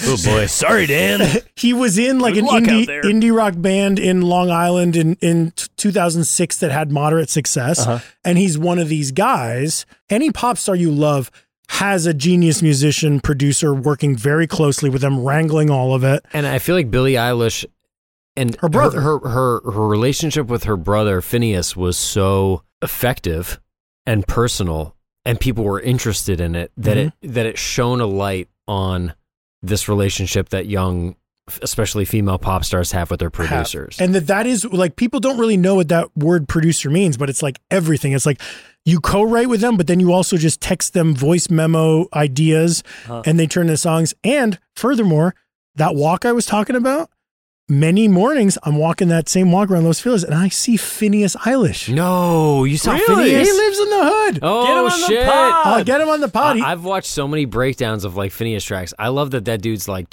Speaker 1: Oh boy, sorry, Dan.
Speaker 3: he was in like
Speaker 1: Good
Speaker 3: an
Speaker 1: luck out
Speaker 3: indie
Speaker 1: there.
Speaker 3: indie rock band in Long Island in in t- 2006 that had moderate success,
Speaker 1: Uh-huh.
Speaker 3: and he's one of these guys. Any pop star you love has a genius musician producer working very closely with them, wrangling all of it.
Speaker 2: And I feel like Billie Eilish and
Speaker 3: Her brother.
Speaker 2: her, her, her, her relationship with her brother Phineas was so effective and personal, and people were interested in it that
Speaker 1: Mm-hmm.
Speaker 2: it that it shone a light on this relationship that young, especially female pop stars have with their producers.
Speaker 3: And that that is like people don't really know what that word producer means, but it's like everything. It's like you co-write with them, but then you also just text them voice memo ideas
Speaker 2: Uh-huh.
Speaker 1: Huh.
Speaker 3: and they turn into songs. And furthermore, that walk I was talking about, many mornings I'm walking that same walk around Los Feliz and I see Phineas Eilish.
Speaker 2: no, you saw
Speaker 1: Really?
Speaker 3: He
Speaker 2: Phineas.
Speaker 3: lives in the hood.
Speaker 2: Mm. Oh
Speaker 1: Get him on the
Speaker 2: shit!
Speaker 1: pod.
Speaker 3: I'll Oh, get him on the pod. He-
Speaker 2: I- I've watched so many breakdowns of like Phineas tracks. I love that that dude's like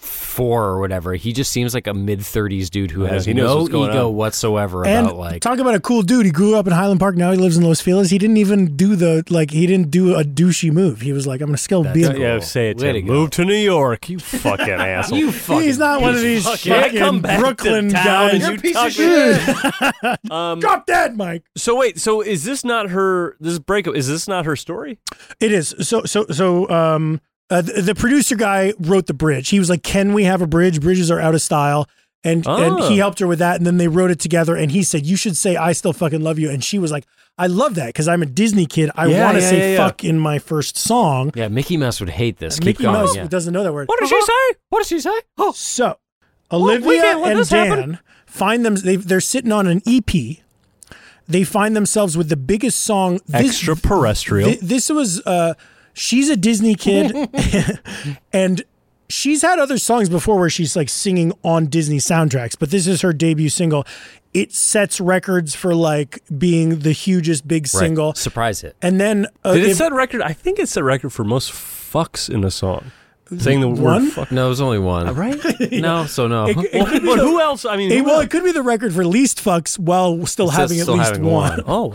Speaker 2: 24 or whatever. He just seems like a mid 30s dude who
Speaker 1: Yeah,
Speaker 2: has
Speaker 1: he knows
Speaker 2: no
Speaker 1: what's going
Speaker 2: ego
Speaker 1: on.
Speaker 2: whatsoever
Speaker 3: and
Speaker 2: about like.
Speaker 3: talk about a cool dude. He grew up in Highland Park. Now he lives in Los Feliz. He didn't even do the like. He didn't do a douchey move. He was like, "I'm gonna still be
Speaker 2: That's
Speaker 3: a
Speaker 2: cool.
Speaker 1: yeah, say it.
Speaker 2: Way
Speaker 1: To
Speaker 2: to
Speaker 1: him.
Speaker 2: go.
Speaker 1: Move to New York, you fucking asshole.
Speaker 2: you fucking
Speaker 3: He's not one of these
Speaker 1: Fucking- I
Speaker 3: fucking
Speaker 1: come back to
Speaker 3: Brooklyn
Speaker 1: town
Speaker 3: guys.
Speaker 1: and you talk shit. Um,
Speaker 3: Drop that, Mike.
Speaker 1: so wait, so is this not her? This breakup is this not her story?
Speaker 3: It is so so so. Um, uh, the, the producer guy wrote the bridge. He was like, "Can we have a bridge? Bridges are out of style." And
Speaker 1: Oh.
Speaker 3: and he helped her with that. And then they wrote it together. And he said, "You should say I still fucking love you." And she was like, "I love that because I'm a Disney kid. I
Speaker 1: Yeah,
Speaker 3: want to
Speaker 1: yeah,
Speaker 3: say
Speaker 1: yeah, yeah.
Speaker 3: fuck in my first song."
Speaker 2: Yeah, Mickey Mouse would hate
Speaker 1: Uh,
Speaker 2: this. Keep
Speaker 3: Mickey
Speaker 2: going.
Speaker 3: Mouse
Speaker 2: yeah.
Speaker 3: doesn't know that word.
Speaker 1: What did she say? What did she say? Oh,
Speaker 3: So
Speaker 1: we
Speaker 3: Olivia
Speaker 1: can't let
Speaker 3: and
Speaker 1: this
Speaker 3: Dan
Speaker 1: happen.
Speaker 3: find them. They, they're sitting on an EP. They find themselves with the biggest song. This,
Speaker 1: extraterrestrial.
Speaker 3: thi- this was. Uh, she's a Disney kid, and she's had other songs before where she's like singing on Disney soundtracks, but this is her debut single. It sets records for like being the hugest big
Speaker 2: Right.
Speaker 3: single.
Speaker 2: Surprise hit.
Speaker 3: And then uh,
Speaker 1: Did it
Speaker 3: if-
Speaker 1: set record? I think it set record for most fucks in a song. Saying the
Speaker 3: One?
Speaker 1: word fuck.
Speaker 2: No, it was only
Speaker 1: Uh,
Speaker 2: one. Right? no, so no.
Speaker 3: It- it
Speaker 1: Well,
Speaker 3: could be
Speaker 1: but
Speaker 3: the-
Speaker 1: who else? I mean,
Speaker 3: it-
Speaker 1: who
Speaker 3: well,
Speaker 1: else?
Speaker 3: it could be the record for least fucks while still
Speaker 2: says
Speaker 3: having at
Speaker 2: still
Speaker 3: least
Speaker 2: having
Speaker 3: one.
Speaker 2: one.
Speaker 1: oh,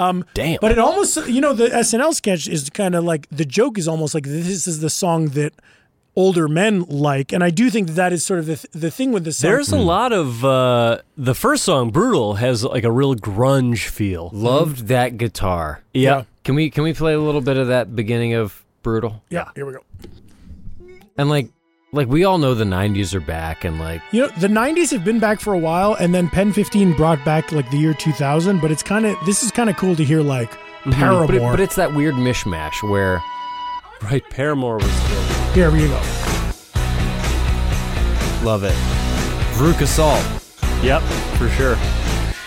Speaker 1: um, damn.
Speaker 3: But it almost, you know, the SNL sketch is kind of like the joke is almost like this is the song that older men like, and I do think that that is sort of the th- the thing with the song.
Speaker 1: There's a lot of uh, the first song, "Brutal," has like a real grunge feel.
Speaker 2: Loved that guitar.
Speaker 1: Yeah,
Speaker 2: Can we can we play a little bit of that beginning of Brutal?
Speaker 3: yeah, here we go.
Speaker 2: And like like we all know the 90s are back and like
Speaker 3: You know, the '90s have been back for a while, and then Pen 15 brought back like the year 2000. But it's kind of this is kind of cool to hear like
Speaker 1: Mm-hmm.
Speaker 3: Paramore.
Speaker 2: but, it, but it's that weird mishmash where
Speaker 1: right. Paramore was. The,
Speaker 3: here we go.
Speaker 2: love it. Veruca Salt.
Speaker 1: yep, for sure.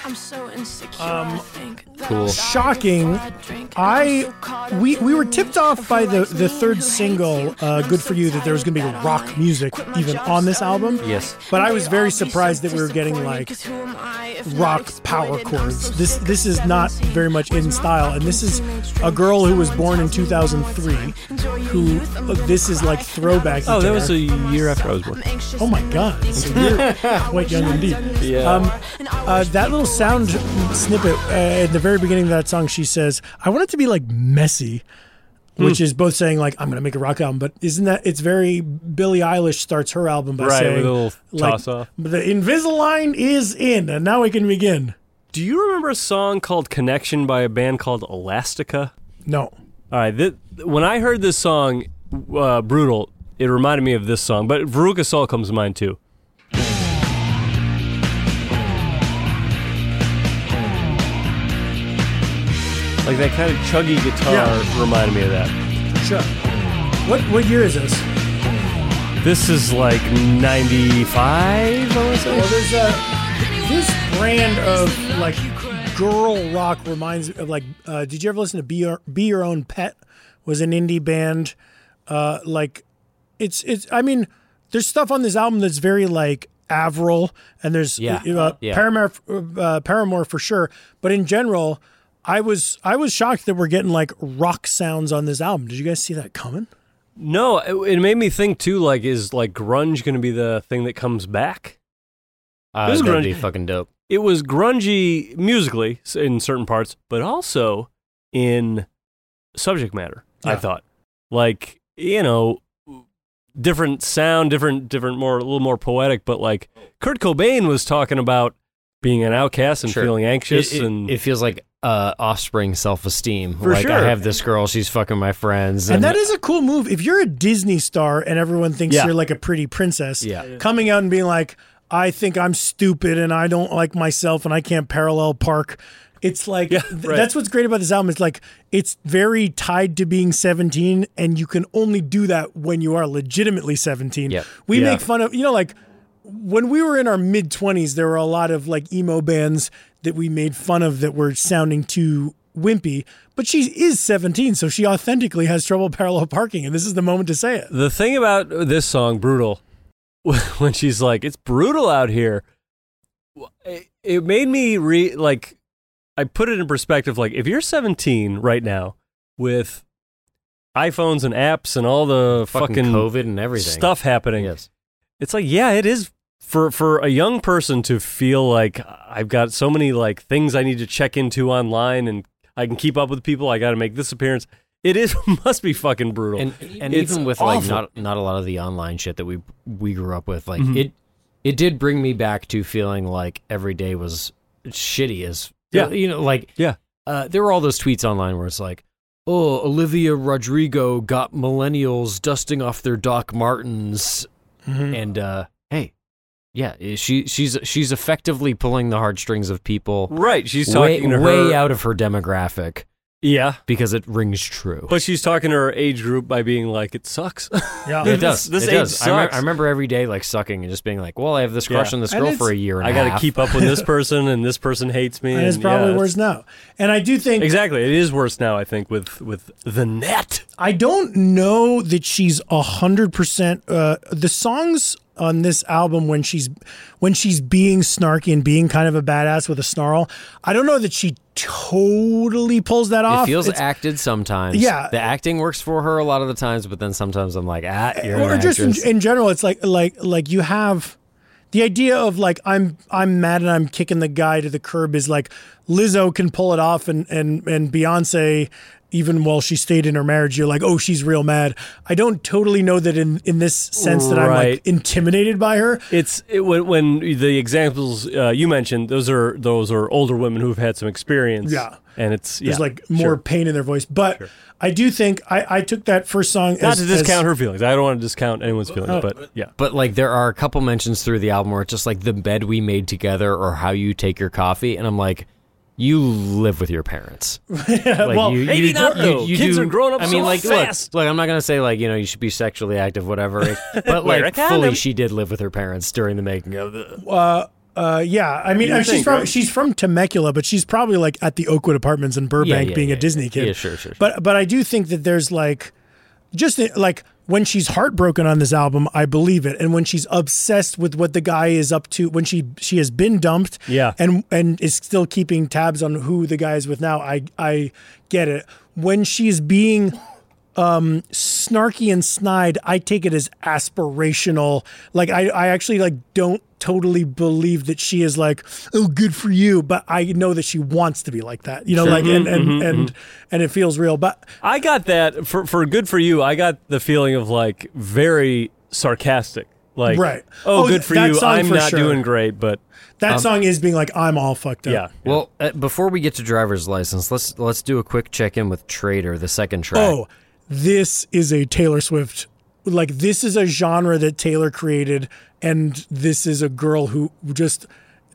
Speaker 6: I'm so insecure.
Speaker 3: Um,
Speaker 6: I think.
Speaker 2: cool.
Speaker 3: Shocking. I we we were tipped off by the the third single uh, "Good for You" that there was going to be rock music even on this album.
Speaker 2: Yes.
Speaker 6: But I was very surprised that we were getting like
Speaker 3: rock power chords. This this is not very much in style, and this is a girl who was born in 2003. Who uh, this is like throwback.
Speaker 1: Oh, that
Speaker 3: there
Speaker 1: was a year after I was born.
Speaker 3: Oh my God! So you're quite young indeed.
Speaker 1: Yeah.
Speaker 3: Um, uh, that little sound snippet uh, at the very beginning of that song, she says, "I want it to be like messy,"
Speaker 1: Hmm.
Speaker 3: which is both saying like I'm going to make a rock album, but isn't that it's very Billie Eilish starts her album by
Speaker 1: Right,
Speaker 3: saying
Speaker 1: with a little
Speaker 3: like,
Speaker 1: toss-off.
Speaker 3: The Invisalign is in, and now we can begin.
Speaker 1: Do you remember a song called "Connection" by a band called Elastica?
Speaker 3: No,
Speaker 1: All right. Th- when I heard this song, uh, "Brutal," it reminded me of this song, but Veruca Salt comes to mind too. Like that kind of chuggy guitar
Speaker 3: Yeah.
Speaker 1: reminded me of that.
Speaker 3: sure. What what year is this?
Speaker 1: This is like '95, I would say.
Speaker 3: Well, there's a this brand uh, of like girl rock reminds me of like. Uh, did you ever listen to Be Your, Be Your Own Pet? Was an indie band. Uh, like, it's it's. I mean, there's stuff on this album that's very like Avril, and there's
Speaker 2: Yeah.
Speaker 3: uh,
Speaker 2: Yeah.
Speaker 3: Paramore, uh, Paramore for sure. But in general, I was I was shocked that we're getting like rock sounds on this album. Did you guys see that coming?
Speaker 1: No, it, it made me think too. Like, is like grunge going to be the thing that comes back?
Speaker 2: Uh,
Speaker 1: This is
Speaker 2: that'd
Speaker 1: grunge.
Speaker 2: be fucking dope.
Speaker 1: It was grungy musically s- in certain parts, but also in subject matter. I
Speaker 3: Yeah.
Speaker 1: thought, like you know, different sound, different, different, more a little more poetic. But like Kurt Cobain was talking about being an outcast and
Speaker 2: Sure.
Speaker 1: feeling anxious,
Speaker 2: It, it-
Speaker 1: and
Speaker 2: it feels like uh, offspring self-esteem.
Speaker 1: For
Speaker 2: like I
Speaker 1: sure.
Speaker 2: have this girl, she's fucking my friends,
Speaker 3: And that is a cool move. If you're a Disney star and everyone thinks
Speaker 1: Yeah.
Speaker 3: you're like a pretty princess,
Speaker 2: Yeah.
Speaker 3: coming out and being like, I think I'm stupid and I don't like myself and I can't parallel park. It's like th-
Speaker 1: right.
Speaker 3: that's what's great about this album. It's like it's very tied to being 17, and you can only do that when you are legitimately 17.
Speaker 2: Yep.
Speaker 3: We
Speaker 1: Yeah.
Speaker 3: make fun of you know like when we were in our mid 20s, there were a lot of like emo bands that we made fun of that were sounding too wimpy. But she is 17, so she authentically has trouble parallel parking, and this is the moment to say it.
Speaker 1: The thing about this song, Brutal, when she's like, it's brutal out here, it- it made me re like, I put it in perspective. Like, if you're 17 right now with iPhones and apps and all the
Speaker 2: fucking,
Speaker 1: fucking,
Speaker 2: COVID and everything
Speaker 1: stuff happening,
Speaker 2: Yes.
Speaker 1: it's like, yeah, it is. For, for a young person to feel like I've got so many like things I need to check into online and I can keep up with people, I got to make this appearance. It is must be fucking brutal.
Speaker 2: and and
Speaker 1: It's
Speaker 2: even with like
Speaker 1: awful.
Speaker 2: not not a lot of the online shit that we we grew up with like
Speaker 1: Mhm.
Speaker 2: it it did bring me back to feeling like every day was shitty as
Speaker 1: Yeah.
Speaker 2: you know like
Speaker 1: Yeah.
Speaker 2: uh, there were all those tweets online where it's like oh Olivia Rodrigo got millennials dusting off their Doc Martens and uh hey yeah eh, she she's she's effectively pulling the heartstrings of people
Speaker 1: right, she's
Speaker 2: way,
Speaker 1: talking to her
Speaker 2: way out of her demographic
Speaker 1: Yeah,
Speaker 2: because it rings true
Speaker 1: but she's talking to her age group by being like, "It sucks."
Speaker 3: Yeah.
Speaker 2: It
Speaker 1: This-
Speaker 2: does.
Speaker 1: this
Speaker 2: it
Speaker 1: age
Speaker 2: does. I, remem-
Speaker 1: sucks.
Speaker 2: I remember every day like sucking and just being like, "Well, I have this crush
Speaker 1: Yeah.
Speaker 2: on this
Speaker 3: And
Speaker 2: girl for a
Speaker 3: it's-
Speaker 2: year and
Speaker 1: I
Speaker 2: a
Speaker 1: got to
Speaker 2: half."
Speaker 1: keep up with this person, and this person hates me.
Speaker 3: And it's
Speaker 1: and
Speaker 3: probably
Speaker 1: yeah,
Speaker 3: worse now. And I do think
Speaker 1: Exactly, it is worse now. I think with with the net.
Speaker 3: I don't know that she's a hundred percent. uh, The songs on this album, when she's when she's being snarky and being kind of a badass with a snarl, I don't know that she totally pulls that off.
Speaker 2: It feels
Speaker 3: It's-
Speaker 2: acted sometimes.
Speaker 3: Yeah.
Speaker 2: the acting works for her a lot of the times, but then sometimes I'm like, "Ah, you're
Speaker 3: or
Speaker 2: an
Speaker 3: just in,
Speaker 2: actress."
Speaker 3: in general, it's like like like you have the idea of like I'm I'm mad and I'm kicking the guy to the curb is like Lizzo can pull it off and and and Beyonce even while she stayed in her marriage you're like oh she's real mad I don't totally know that in in this sense that I'm
Speaker 1: Right.
Speaker 3: like intimidated by her
Speaker 1: It's it, when, when the examples uh, you mentioned, those are those are older women who've had some experience.
Speaker 3: Yeah.
Speaker 1: and it's
Speaker 3: there's
Speaker 1: yeah,
Speaker 3: like more
Speaker 1: sure.
Speaker 3: pain in their voice but I do think I I took that first song
Speaker 1: Not
Speaker 3: as,
Speaker 1: to discount
Speaker 3: as- Oh.
Speaker 1: her feelings. I don't want to discount anyone's feelings, but yeah,
Speaker 2: but like there are a couple mentions through the album where it's just like the bed we made together or how you take your coffee, and I'm like, "You live with your parents." Like,
Speaker 3: well,
Speaker 1: maybe not, though. Kids are growing up
Speaker 2: I mean,
Speaker 1: so
Speaker 2: like,
Speaker 1: fast.
Speaker 2: Look, look, I'm not gonna say like you know you should be sexually active, whatever. But like, fully, she did live with her parents during the making of the.
Speaker 3: Uh, yeah, I mean, uh, she's
Speaker 1: think,
Speaker 3: from
Speaker 1: right?
Speaker 3: she's from Temecula, but she's probably like at the Oakwood Apartments in Burbank,
Speaker 2: yeah,
Speaker 3: being
Speaker 2: yeah,
Speaker 3: a Disney kid.
Speaker 2: Yeah, sure, sure, sure.
Speaker 3: But but I do think that there's like, just uh, like when she's heartbroken on this album, I believe it, and when she's obsessed with what the guy is up to, when she she has been dumped,
Speaker 1: Yeah.
Speaker 3: and and is still keeping tabs on who the guy is with now, I I get it. When she's being um, snarky and snide, I take it as aspirational. Like I, I actually like don't totally believe that she is like, oh, good for you, but I know that she wants to be like that. You know, like and and and and it feels real. But
Speaker 1: I got that for for good for you. I got the feeling of like very sarcastic, like
Speaker 3: Right.
Speaker 1: Oh,
Speaker 3: Oh,
Speaker 1: good for
Speaker 3: that
Speaker 1: you.
Speaker 3: song
Speaker 1: I'm
Speaker 3: for
Speaker 1: not
Speaker 3: sure.
Speaker 1: doing great, but
Speaker 2: Um,
Speaker 3: that song is being like, I'm all fucked up.
Speaker 1: yeah.
Speaker 2: Well, uh, before we get to driver's license, let's let's do a quick check in with Trader, the second track.
Speaker 3: Oh, this is a Taylor Swift. Like this is a genre that Taylor created, and this is a girl who just.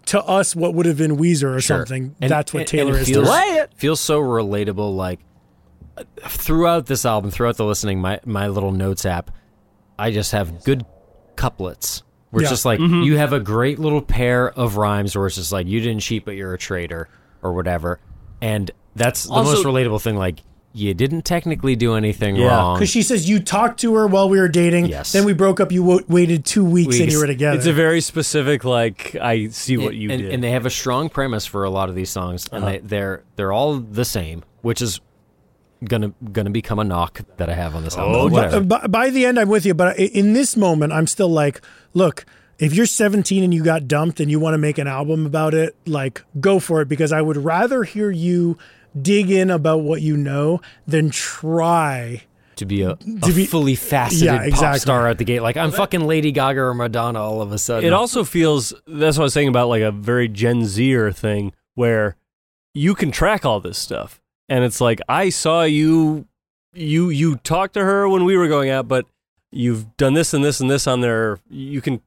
Speaker 3: To us, what would have been Weezer or
Speaker 2: Sure.
Speaker 3: something?
Speaker 2: And-
Speaker 3: that's what
Speaker 2: and-
Speaker 3: Taylor
Speaker 2: and
Speaker 3: is. to
Speaker 2: Feels,
Speaker 3: us.
Speaker 2: feels so relatable. Like uh, throughout this album, throughout the listening, my my little notes app, I just have good couplets. Where it's
Speaker 3: Yeah. Mm-hmm.
Speaker 2: just like you have a great little pair of rhymes where it's just like you didn't cheat, but you're a traitor. or whatever. And that's the
Speaker 1: Also-
Speaker 2: most relatable thing. Like, you didn't technically do anything
Speaker 1: Yeah.
Speaker 2: wrong.
Speaker 3: Because she says you talked to her while we were dating.
Speaker 2: Yes.
Speaker 3: Then we broke up. You w- waited two weeks, and
Speaker 2: Weeks.
Speaker 3: you were together.
Speaker 1: It's a very specific, like, I see what you
Speaker 2: and,
Speaker 1: did.
Speaker 2: and they have a strong premise for a lot of these songs, and they, they're they're all the same, which is gonna gonna become a knock that I have on this album. but
Speaker 3: But,
Speaker 2: whatever.
Speaker 3: by, by the end, I'm with you. But i- in this moment, I'm still like, look, if you're 17 and you got dumped and you want to make an album about it, like, go for it. Because I would rather hear you dig in about what you know than try.
Speaker 2: to be a, a
Speaker 3: to be-
Speaker 2: fully faceted
Speaker 3: Yeah,
Speaker 2: pop
Speaker 3: exactly.
Speaker 2: star out the gate. Like I'm fucking Lady Gaga or Madonna all of a sudden.
Speaker 1: It also feels that's what I was saying about like a very Gen Zer thing where you can track all this stuff. And it's like I saw you you you talked to her when we were going out, but you've done this and this and this on their you can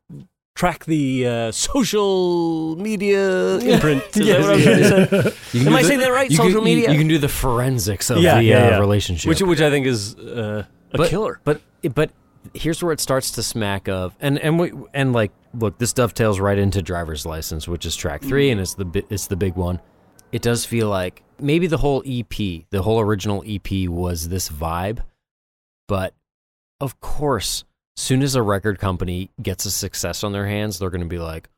Speaker 1: track the uh, social media imprint. Is that what I'm trying to say?
Speaker 2: You can
Speaker 5: Am
Speaker 2: do
Speaker 5: I saying that right?
Speaker 2: you
Speaker 5: Social
Speaker 2: can, you-
Speaker 5: media?
Speaker 2: You, can do the forensics of
Speaker 1: Yeah,
Speaker 2: the
Speaker 1: yeah,
Speaker 2: uh,
Speaker 1: yeah.
Speaker 2: relationship,
Speaker 1: Which which I think is uh, a
Speaker 2: but,
Speaker 1: killer.
Speaker 2: But but here's where it starts to smack of and and we and like look, this dovetails right into driver's license, which is track
Speaker 3: Mm-hmm.
Speaker 2: three, and it's the bi- it's the big one. It does feel like maybe the whole EP, the whole original EP, was this vibe, but of course, soon as a record company gets a success on their hands, they're going to be like,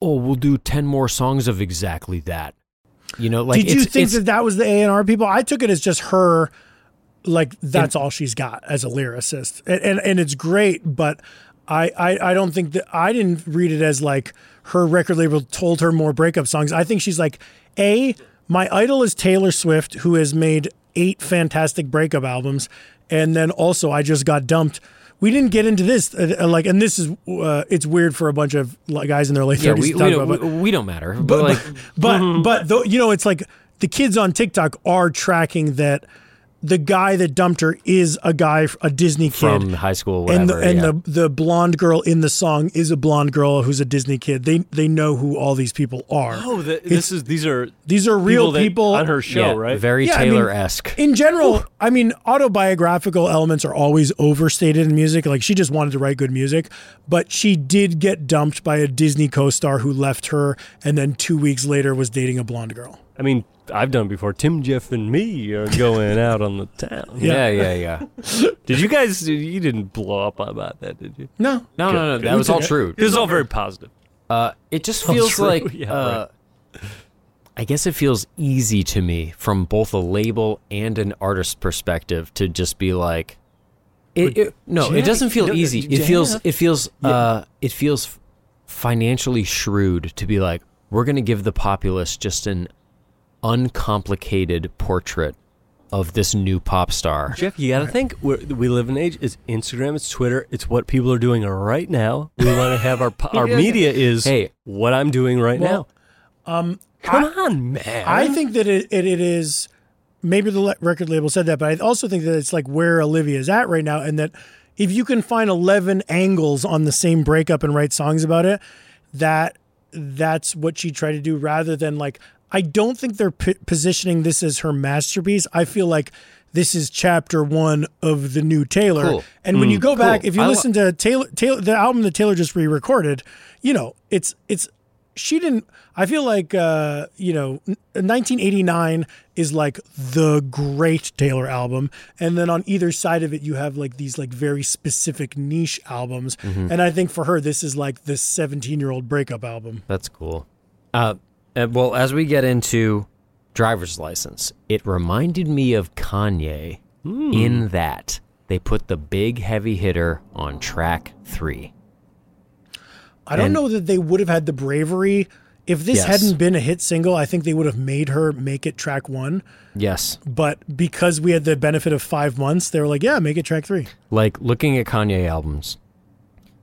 Speaker 2: "Oh, we'll do ten more songs of exactly that." You know, like
Speaker 3: Did you
Speaker 2: it's-
Speaker 3: think
Speaker 2: it's-
Speaker 3: that that was the A and R people? I took it as just her, like that's all she's got as a lyricist, and and, and it's great, but. I, I, I don't think that I didn't read it as like her record label told her more breakup songs. I think she's like, A, my idol is Taylor Swift, who has made eight fantastic breakup albums. And then also, I just got dumped. We didn't get into this. Uh, uh, like, and this is, uh, it's weird for a bunch of like, guys in their late
Speaker 2: yeah,
Speaker 3: 30s
Speaker 2: we,
Speaker 3: to
Speaker 2: we,
Speaker 3: talk about. but-
Speaker 2: don't, we, we don't matter, but, like.
Speaker 3: but but though you know, it's like the kids on TikTok are tracking that the guy that dumped her is a guy, a Disney kid.
Speaker 2: from high school, whatever.
Speaker 3: and the, and
Speaker 2: yeah.
Speaker 3: the the blonde girl in the song is a blonde girl who's a Disney kid. They they know who all these people are.
Speaker 1: Oh, the, this is these are
Speaker 3: These are real
Speaker 1: people, that-
Speaker 3: people.
Speaker 1: on her show,
Speaker 2: Yeah,
Speaker 1: right?
Speaker 2: Very
Speaker 3: Yeah, I mean-
Speaker 2: Taylor esque.
Speaker 3: in general, I mean, autobiographical elements are always overstated in music. Like she just wanted to write good music, but she did get dumped by a Disney co-star who left her, and then two weeks later was dating a blonde girl.
Speaker 1: I mean, I've done it before. Tim, Jeff, and me are going out on the town.
Speaker 2: yeah, yeah, yeah.
Speaker 1: Did you guys? You didn't blow up about that, did you?
Speaker 3: No,
Speaker 2: No, no, no. That was all true.
Speaker 1: This is all very positive.
Speaker 2: Uh, it just feels
Speaker 1: true,
Speaker 2: like.
Speaker 1: yeah,
Speaker 2: uh, I guess it feels easy to me from both a label and an artist perspective to just be like, it, it- no, it doesn't feel
Speaker 1: no,
Speaker 2: easy. It
Speaker 1: Jeff.
Speaker 2: feels, it feels, uh, it feels financially shrewd to be like, we're going to give the populace just an uncomplicated portrait of this new pop star.
Speaker 1: Jeff, you got to think. We're, we live in an age. It's Instagram. It's Twitter. It's what people are doing right now. We want to have our po- our media is
Speaker 2: Hey.
Speaker 1: what I'm doing right now.
Speaker 3: Well,
Speaker 1: come on, man.
Speaker 3: I think that it, it, it is maybe the le- record label said that, but I also think that it's like where Olivia is at right now, and that if you can find eleven angles on the same breakup and write songs about it, that that's what she tried to do rather than like I don't think they're p- positioning this as her masterpiece. I feel like this is chapter one of the new Taylor,
Speaker 2: Cool.
Speaker 3: and when you go back, if you
Speaker 2: I wa-
Speaker 3: listen to Taylor, Taylor, the album that Taylor just re-recorded, you know, it's it's she didn't. I feel like uh, you know, n- 1989 is like the great Taylor album, and then on either side of it, you have like these like very specific niche albums,
Speaker 2: Mm-hmm.
Speaker 3: and I think for her, this is like the 17-year-old breakup album.
Speaker 2: That's cool. Uh, uh, well, as we get into driver's license, it reminded me of Kanye in that they put the big heavy hitter on track three.
Speaker 3: I don't
Speaker 2: And-
Speaker 3: know that they would have had the bravery. If this
Speaker 2: Yes.
Speaker 3: hadn't been a hit single, I think they would have made her make it track one.
Speaker 2: Yes.
Speaker 3: But because we had the benefit of five months, they were like, yeah, make it track three.
Speaker 2: Like looking at Kanye albums.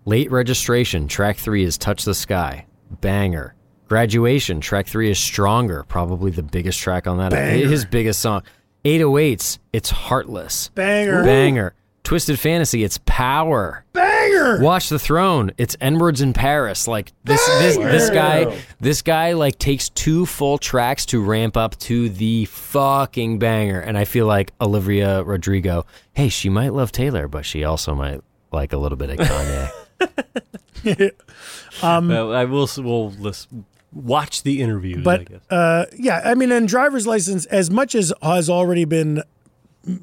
Speaker 2: Late registration, track three is Touch the Sky, banger. Graduation, track three is Stronger, probably the biggest track on that.
Speaker 3: Banger.
Speaker 2: His biggest song. 808s, it's Heartless.
Speaker 3: Banger.
Speaker 2: Banger. Twisted Fantasy, it's Power.
Speaker 3: Banger.
Speaker 2: Watch the Throne. It's N words in Paris. Like this, this, this guy, this guy like takes two full tracks to ramp up to the fucking banger. And I feel like Olivia Rodrigo. Hey, she might love Taylor, but she also might like a little bit of Kanye.
Speaker 1: Um, Uh, I will. s- We'll list. watch the interviews. I
Speaker 3: but
Speaker 1: guess.
Speaker 3: uh, yeah, I mean, and driver's license, as much as has already been,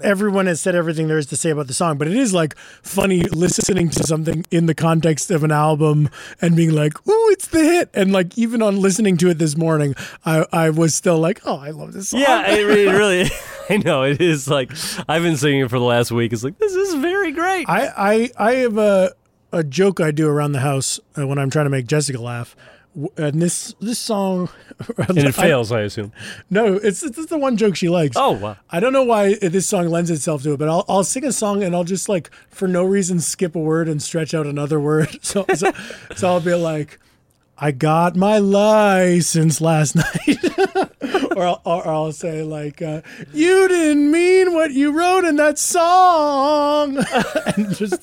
Speaker 3: everyone has said everything there is to say about the song, but it is like funny listening to something in the context of an album and being like, "Ooh, it's the hit!" And like even on listening to it this morning, I I was still like, "Oh, I love this song."
Speaker 1: Yeah, it really, really. I know it is like I've been singing it for the last week. It's like this is very great.
Speaker 3: I, I, I have a, a joke I do around the house uh, when I'm trying to make Jessica laugh. W- And this this song,
Speaker 1: and it fails, I assume.
Speaker 3: no, it's, it's it's the one joke she likes.
Speaker 1: Oh wow.
Speaker 3: I don't know why this song lends itself to it, but I'll, I'll sing a song and I'll just like for no reason skip a word and stretch out another word. So so, so I'll be like, I got my license last night, or, I'll, or I'll say like, uh, you didn't mean what you wrote in that song, and just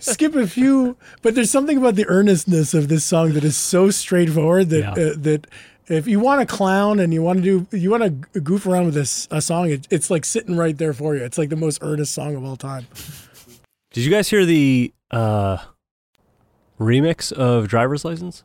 Speaker 3: skip a few. But there's something about the earnestness of this song that is so straightforward that
Speaker 1: Yeah.
Speaker 3: uh, that if you want to clown and you want to do you want to goof around with this a song it, it's like sitting right there for you it's like the most earnest song of all time
Speaker 1: Did you guys hear the uh, remix of Driver's License?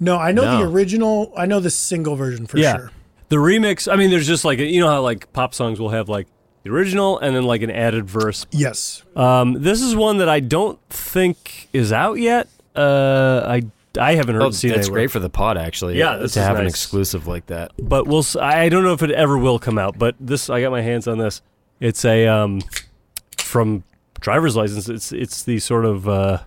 Speaker 3: no i know the
Speaker 2: No.
Speaker 3: original i know the single version for
Speaker 1: Yeah.
Speaker 3: sure
Speaker 1: The remix. I mean, there's just like you know how like pop songs will have like the original and then like an added verse.
Speaker 3: yes
Speaker 1: Um, this is one that I don't think is out yet. Uh, I I haven't heard
Speaker 2: Oh,
Speaker 1: seen
Speaker 2: that's
Speaker 1: anywhere.
Speaker 2: great for the pod, actually.
Speaker 1: Yeah,
Speaker 2: to
Speaker 1: this is
Speaker 2: have an
Speaker 1: nice.
Speaker 2: exclusive like that.
Speaker 1: but we'll s- I don't know if it ever will come out, but this I got my hands on this. It's a um from driver's license. It's it's the sort of uh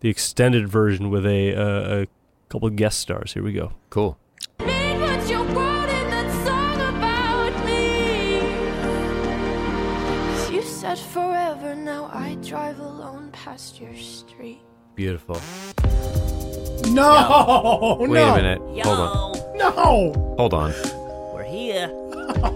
Speaker 1: the extended version with a uh, a couple of guest stars. Here we go.
Speaker 2: Cool.
Speaker 7: mean what you wrote in that song about me.
Speaker 6: You said forever, now I drive alone past your street.
Speaker 2: Beautiful.
Speaker 3: no no
Speaker 2: Wait a minute. Hold on.
Speaker 3: no
Speaker 2: Hold on.
Speaker 5: We're here.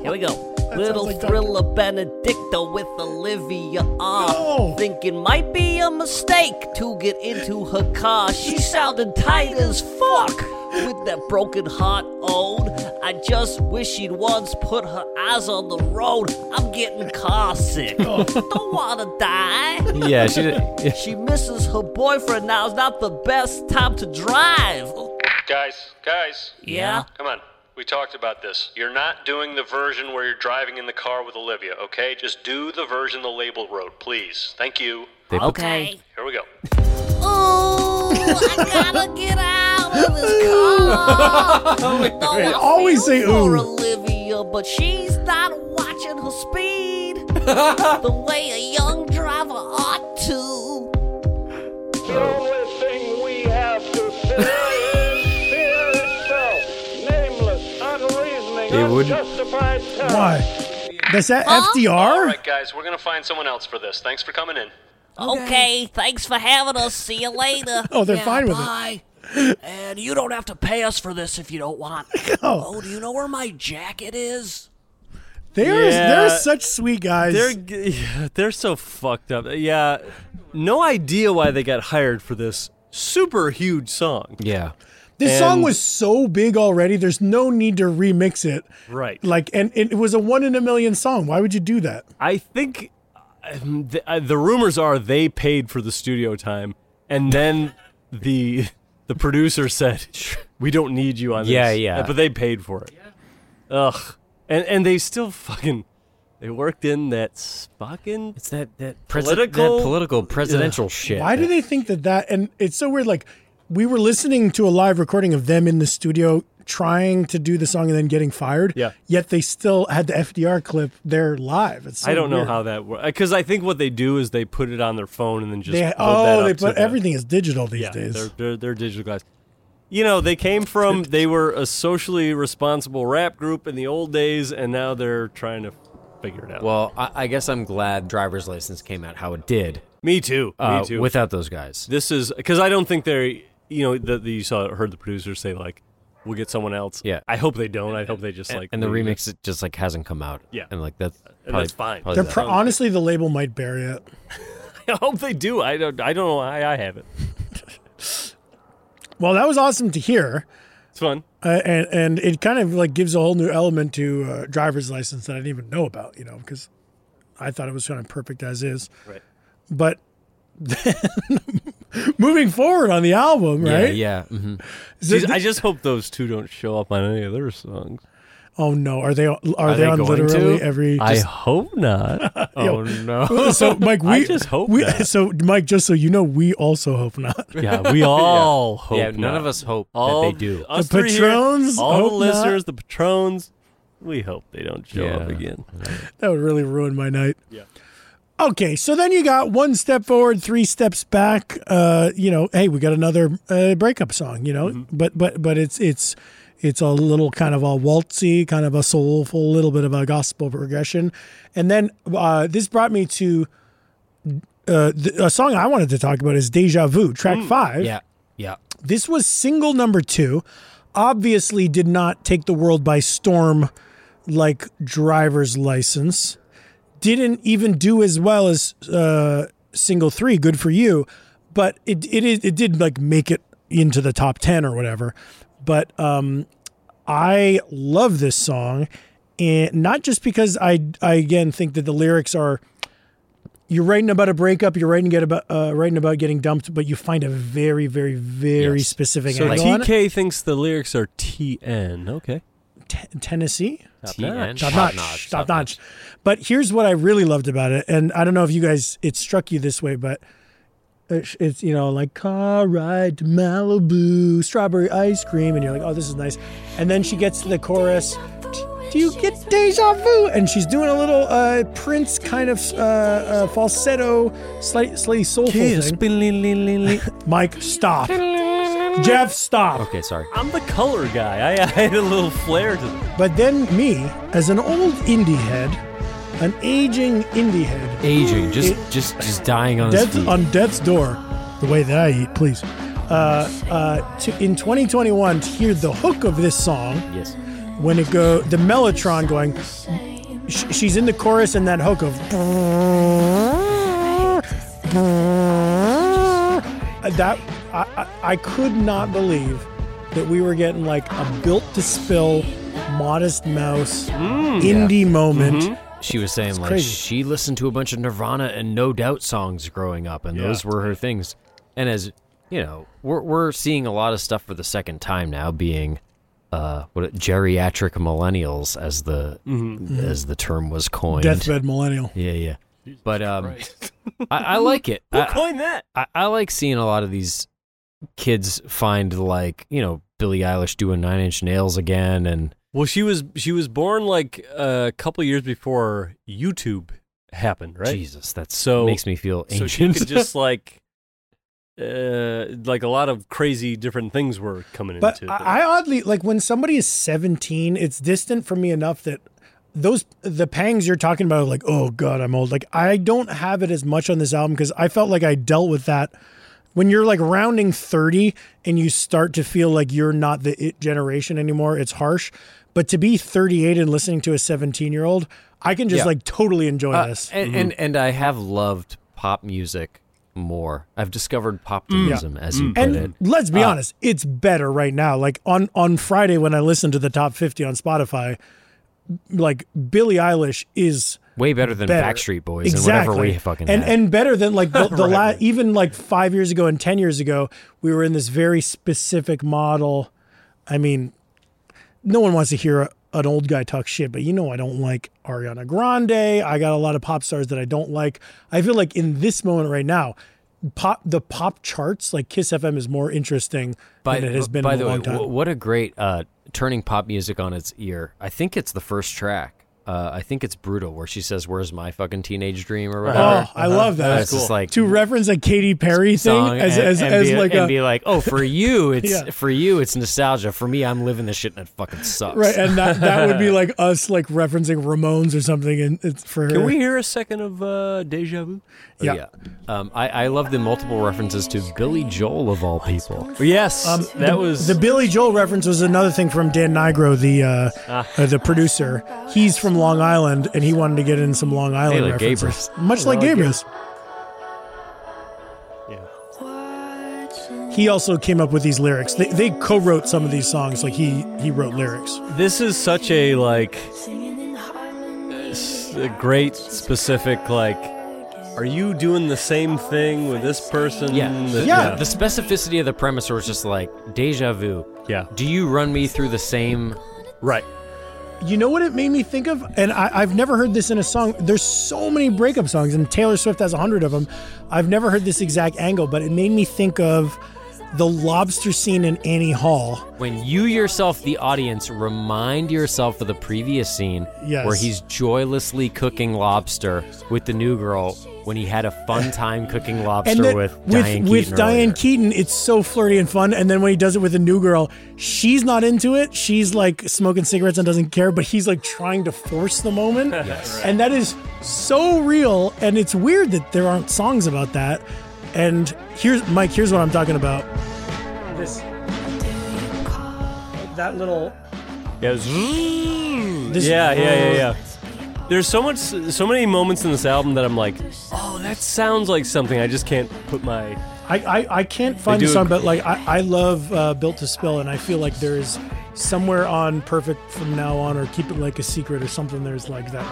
Speaker 5: Here we go. Little
Speaker 3: sounds like
Speaker 5: thriller Benedicta with Olivia R.
Speaker 3: No.
Speaker 5: Thinking might be a mistake to get into her car. She sounded tight as fuck with that broken heart ode. I just wish she'd once put her eyes on the road. I'm getting car sick. Don't wanna die.
Speaker 2: Yeah, she did. yeah.
Speaker 5: She misses her boyfriend. Now's not the best time to drive.
Speaker 8: Guys, guys,
Speaker 5: Yeah?
Speaker 8: come on. We talked about this. You're not doing the version where you're driving in the car with Olivia, okay? Just do the version the label wrote, please. Thank you.
Speaker 2: They put-
Speaker 5: Okay.
Speaker 8: Here we go.
Speaker 7: Ooh, I gotta get out of this car. Though I feel
Speaker 3: always say
Speaker 7: for
Speaker 3: ooh.
Speaker 7: Olivia, but she's not watching her speed the way a young driver ought to.
Speaker 2: It would.
Speaker 3: why that's that
Speaker 8: All
Speaker 3: fdr
Speaker 8: right, guys, we're going to find someone else for this. Thanks for coming in.
Speaker 7: Okay. thanks for having us. See you later.
Speaker 3: oh they're fine with it
Speaker 5: Bye. And you don't have to pay us for this if you don't want. Oh, do you know where my jacket is?
Speaker 3: they are
Speaker 1: Yeah.
Speaker 3: they're such sweet guys
Speaker 1: They're g- yeah, they're so fucked up. Yeah, no idea why they got hired for this super huge song.
Speaker 2: Yeah.
Speaker 3: this song
Speaker 1: and-
Speaker 3: was so big already there's no need to remix it
Speaker 1: Right.
Speaker 3: like and it was a one in a million song why would you do that
Speaker 1: I think um, the, uh, the rumors are they paid for the studio time, and then the the producer said, "We don't need you on this." Uh,
Speaker 2: Yeah, yeah.
Speaker 1: But they paid for it. Ugh. And and they still fucking they worked in that s- fucking
Speaker 2: It's that that
Speaker 1: Political-
Speaker 2: that political presidential shit.
Speaker 3: Why do they think that that? And it's so weird. Like we were listening to a live recording of them in the studio trying to do the song and then getting fired.
Speaker 1: Yeah.
Speaker 3: Yet they still had the FDR clip there live. It's so
Speaker 1: I don't know
Speaker 3: weird.
Speaker 1: how that works because I think what they do is they put it on their phone and then just
Speaker 3: They,
Speaker 1: build that
Speaker 3: oh,
Speaker 1: up
Speaker 3: they
Speaker 1: to
Speaker 3: put
Speaker 1: the-
Speaker 3: everything is digital these
Speaker 1: Yeah,
Speaker 3: days.
Speaker 1: they're, they're they're digital guys. You know, they came from they were a socially responsible rap group in the old days, and now they're trying to figure it out.
Speaker 2: Well, I, I guess I'm glad driver's license came out how it did.
Speaker 1: Me too.
Speaker 2: uh,
Speaker 1: me too.
Speaker 2: Without those guys.
Speaker 1: this is because I don't think they're. You know, the, the, you saw heard the producers say like, "We'll get someone else."
Speaker 2: Yeah.
Speaker 1: I hope they don't. I hope they just like
Speaker 2: and the
Speaker 1: leave it.
Speaker 2: remix it just like hasn't come out.
Speaker 1: Yeah.
Speaker 2: And like that's
Speaker 1: And
Speaker 2: probably-
Speaker 1: that's fine.
Speaker 2: probably
Speaker 3: They're
Speaker 2: that.
Speaker 3: pro- honestly the label might bury it.
Speaker 1: I hope they do. I don't. I don't know why I have it.
Speaker 3: Well, that was awesome to hear,
Speaker 1: It's fun.
Speaker 3: uh, and and it kind of like gives a whole new element to uh, driver's license that I didn't even know about. You know, because I thought it was kind of perfect as is.
Speaker 1: Right.
Speaker 3: But moving forward on the album, right?
Speaker 2: Yeah. yeah. mhm.
Speaker 3: Is it-
Speaker 1: Jeez, I just hope those two don't show up on any of their songs.
Speaker 3: oh no, are they are, they,
Speaker 2: they
Speaker 3: on
Speaker 2: going
Speaker 3: literally
Speaker 2: to?
Speaker 3: every?
Speaker 1: I
Speaker 3: just-
Speaker 1: hope not.
Speaker 2: Oh no.
Speaker 3: so Mike, we
Speaker 1: I just hope
Speaker 3: we,
Speaker 1: not.
Speaker 3: so Mike, just so you know, we also hope not.
Speaker 1: yeah, we all hope.
Speaker 2: yeah. None
Speaker 1: not.
Speaker 2: of us hope
Speaker 1: All
Speaker 2: that they do.
Speaker 1: Us
Speaker 3: The
Speaker 1: three here,
Speaker 3: patrons
Speaker 1: all
Speaker 3: hope
Speaker 1: the
Speaker 3: not.
Speaker 1: listeners, the patrons. We hope they don't show
Speaker 2: Yeah.
Speaker 1: up again.
Speaker 3: That would really ruin my night. Yeah. Okay, so then you got one step forward, three steps back. Uh, you know, hey, we got another uh, breakup song. You know, but but but it's it's it's a little kind of a waltzy, kind of a soulful, little bit of a gospel progression, and then uh, this brought me to uh, the, a song I wanted to talk about is "Deja Vu," track five.
Speaker 2: Yeah. Yeah.
Speaker 3: This was single number two. Obviously, did not take the world by storm like driver's license. Didn't even do as well as uh, single three. Good for you, but it it is it did like make it into the top ten or whatever. But um, I love this song, and not just because I I again think that the lyrics are you're writing about a breakup, you're writing get about uh, writing about getting dumped, but you find a very, very, very
Speaker 2: Yes.
Speaker 3: specific
Speaker 1: So
Speaker 3: angle on it.
Speaker 1: TK thinks the lyrics are TN. Okay.
Speaker 3: T- Tennessee,
Speaker 2: TN.
Speaker 3: top notch, top notch. But here's what I really loved about it, and I don't know if you guys it struck you this way, but it's, it's you know like car ride to Malibu, strawberry ice cream, and you're like, oh, this is nice. And then she gets to the chorus. Do you get deja vu? And she's doing a little uh, Prince kind of uh, uh, falsetto, slight, slightly soulful thing. Mike, stop. Jeff, stop.
Speaker 2: Okay, sorry.
Speaker 1: I'm the color guy. I, I had a little flair to
Speaker 3: But then me, as an old indie head, an aging indie head,
Speaker 2: Aging, just just just dying on his
Speaker 3: death,
Speaker 2: feet.
Speaker 3: on death's door, the way that I eat, please. Uh, uh, to, in 2021, to hear the hook of this song
Speaker 2: yes.
Speaker 3: when it go the mellotron going, sh- she's in the chorus and that hook of. Uh, That I, I, I could not believe that we were getting like a built to spill, modest mouse indie moment.
Speaker 2: She was saying like
Speaker 3: crazy.
Speaker 2: she listened to a bunch of Nirvana and No Doubt songs growing up, and those were her things. And as you know, we're we're seeing a lot of stuff for the second time now, being uh, what geriatric millennials, as the
Speaker 1: Mm-hmm.
Speaker 2: as the term was coined.
Speaker 3: Deathbed millennial.
Speaker 2: Yeah, yeah. But um, I, I like it. I-
Speaker 1: coin that.
Speaker 2: I, I like seeing a lot of these kids find like you know Billie Eilish doing Nine Inch Nails again, and
Speaker 1: Well, she was she was born like uh, a couple years before YouTube happened, right?
Speaker 2: Jesus, that
Speaker 1: So-
Speaker 2: makes me feel
Speaker 1: So she
Speaker 2: ancient.
Speaker 1: could just like, uh, like a lot of crazy different things were coming
Speaker 3: But
Speaker 1: into.
Speaker 3: I, I oddly like when somebody is 17, it's distant from me enough that those the pangs you're talking about, are like oh god, I'm old. Like I don't have it as much on this album because I felt like I dealt with that when you're like rounding 30 and you start to feel like you're not the it generation anymore. It's harsh, but to be 38 and listening to a 17 year old, I can just
Speaker 2: Yeah.
Speaker 3: like totally enjoy
Speaker 2: Uh,
Speaker 3: this.
Speaker 2: and, and and I have loved pop music more. I've discovered poptimism, as you put
Speaker 3: Mm. And
Speaker 2: it.
Speaker 3: let's be honest, it's better right now. Like on on Friday when I listened to the top 50 on Spotify, like Billie Eilish is
Speaker 2: Way better than
Speaker 3: better.
Speaker 2: Backstreet Boys
Speaker 3: exactly.
Speaker 2: and whatever we fucking
Speaker 3: and
Speaker 2: had.
Speaker 3: and better than like the, the la- even like five years ago and ten years ago, we were in this very specific model. I mean, no one wants to hear a, an old guy talk shit, but you know I don't like Ariana Grande. I got a lot of pop stars that I don't like. I feel like in this moment right now, pop the pop charts like Kiss FM is more interesting
Speaker 2: by,
Speaker 3: than it has been
Speaker 2: by
Speaker 3: in a
Speaker 2: the
Speaker 3: long
Speaker 2: way,
Speaker 3: time.
Speaker 2: wh- what a great uh, turning pop music on its ear. I think it's the first track. Uh, I think it's brutal, where she says, "Where's my fucking teenage dream?" or
Speaker 3: Oh,
Speaker 2: whatever.
Speaker 3: I love that.
Speaker 2: It's just like
Speaker 3: to reference a Katy Perry
Speaker 2: song
Speaker 3: thing as,
Speaker 2: and,
Speaker 3: as,
Speaker 2: and
Speaker 3: as
Speaker 2: be,
Speaker 3: like
Speaker 2: and
Speaker 3: a,
Speaker 2: be like, oh, for you, it's
Speaker 3: Yeah.
Speaker 2: for you, it's nostalgia. For me, I'm living this shit and it fucking sucks.
Speaker 3: Right, and that, that would be like us like referencing Ramones or something, and it's for her.
Speaker 1: Can we hear a second of uh, Deja Vu?
Speaker 3: Yeah.
Speaker 2: Um, I, I love the multiple references to Billy Joel of all people.
Speaker 1: Yes,
Speaker 3: Um,
Speaker 1: that
Speaker 3: the,
Speaker 1: was
Speaker 3: the Billy Joel reference was another thing from Dan Nigro, the uh, uh, the producer. He's from Long Island, and he wanted to get in some Long Island
Speaker 2: like
Speaker 3: references, much like Gabriel's. He also came up with these lyrics. They, they co-wrote some of these songs. Like he he wrote lyrics.
Speaker 1: this is such a like s- a great specific like are you doing the same thing with this person?
Speaker 2: Yeah.
Speaker 1: that-
Speaker 3: Yeah.
Speaker 2: The specificity of the premise was just like deja vu.
Speaker 1: Yeah.
Speaker 2: Do you run me through the same?
Speaker 1: Right.
Speaker 3: You know what it made me think of? And I, I've never heard this in a song. There's so many breakup songs, and Taylor Swift has a hundred of them. I've never heard this exact angle, but it made me think of the lobster scene in Annie Hall.
Speaker 2: When you yourself, the audience, remind yourself of the previous scene
Speaker 3: Yes.
Speaker 2: where he's joylessly cooking lobster with the new girl when he had a fun time cooking lobster
Speaker 3: And then
Speaker 2: with,
Speaker 3: with,
Speaker 2: Diane
Speaker 3: with
Speaker 2: Keaton.
Speaker 3: Diane
Speaker 2: earlier.
Speaker 3: Keaton, it's so flirty and fun. And then when he does it with a new girl, she's not into it. She's like smoking cigarettes and doesn't care, but he's like trying to force the moment. And that is so real. And it's weird that there aren't songs about that. And here's Mike, here's what I'm talking about. This that little
Speaker 1: Yeah. it was-
Speaker 3: This-
Speaker 1: yeah, yeah, yeah, yeah. There's so much, so many moments in this album that I'm like, oh, that sounds like something. I just can't put my.
Speaker 3: I, I, I can't find the
Speaker 1: do a
Speaker 3: song,
Speaker 1: gr-
Speaker 3: but like I, I love uh, Built to Spill, and I feel like there is somewhere on Perfect from now on, or Keep It Like a Secret, or something. There's like that.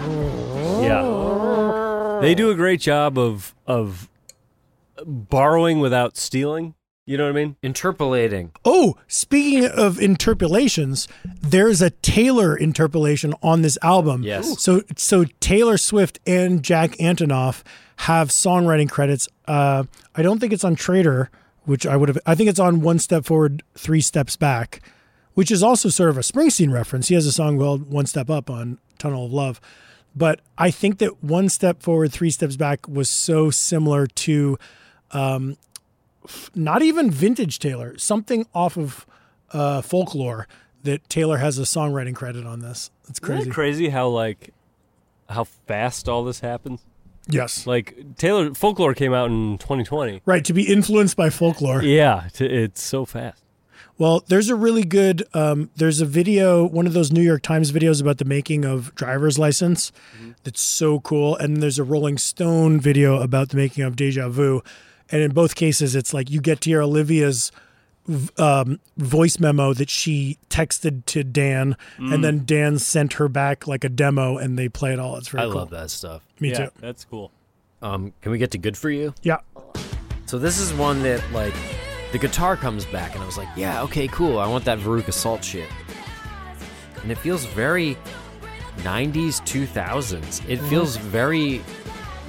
Speaker 1: Yeah. They do a great job of of borrowing without stealing. You know what I mean?
Speaker 2: interpolating.
Speaker 3: Oh, speaking of interpolations, there's a Taylor interpolation on this album.
Speaker 2: Yes. Ooh.
Speaker 3: So so Taylor Swift and Jack Antonoff have songwriting credits. Uh, I don't think it's on Traitor, which I would have. I think it's on One Step Forward, Three Steps Back, which is also sort of a Springsteen reference. He has a song called One Step Up on Tunnel of Love. But I think that One Step Forward, Three Steps Back was so similar to not even vintage Taylor, something off of uh, folklore that Taylor has a songwriting credit on this. That's
Speaker 1: Isn't
Speaker 3: crazy.
Speaker 1: it crazy how like how fast all this happens.
Speaker 3: yes.
Speaker 1: Like Taylor Folklore came out in 2020.
Speaker 3: Right, to be influenced by folklore.
Speaker 1: Yeah, t- it's so fast.
Speaker 3: Well, there's a really good, um, there's a video, one of those New York Times videos about the making of driver's license
Speaker 1: Mm-hmm.
Speaker 3: that's so cool. And then there's a Rolling Stone video about the making of Deja Vu. And in both cases, it's like you get to hear Olivia's v- um, voice memo that she texted to Dan, and
Speaker 1: Mm.
Speaker 3: then Dan sent her back like a demo and they play it all. It's very
Speaker 2: I
Speaker 3: cool.
Speaker 2: love that stuff.
Speaker 3: Me
Speaker 1: yeah,
Speaker 3: too.
Speaker 1: That's cool.
Speaker 2: Um, can we get to good for you?
Speaker 3: Yeah.
Speaker 2: So this is one that like the guitar comes back and I was like, yeah, okay, cool. I want that Veruca Salt shit. And it feels very 90s 2000s.
Speaker 1: Mm-hmm.
Speaker 2: It feels very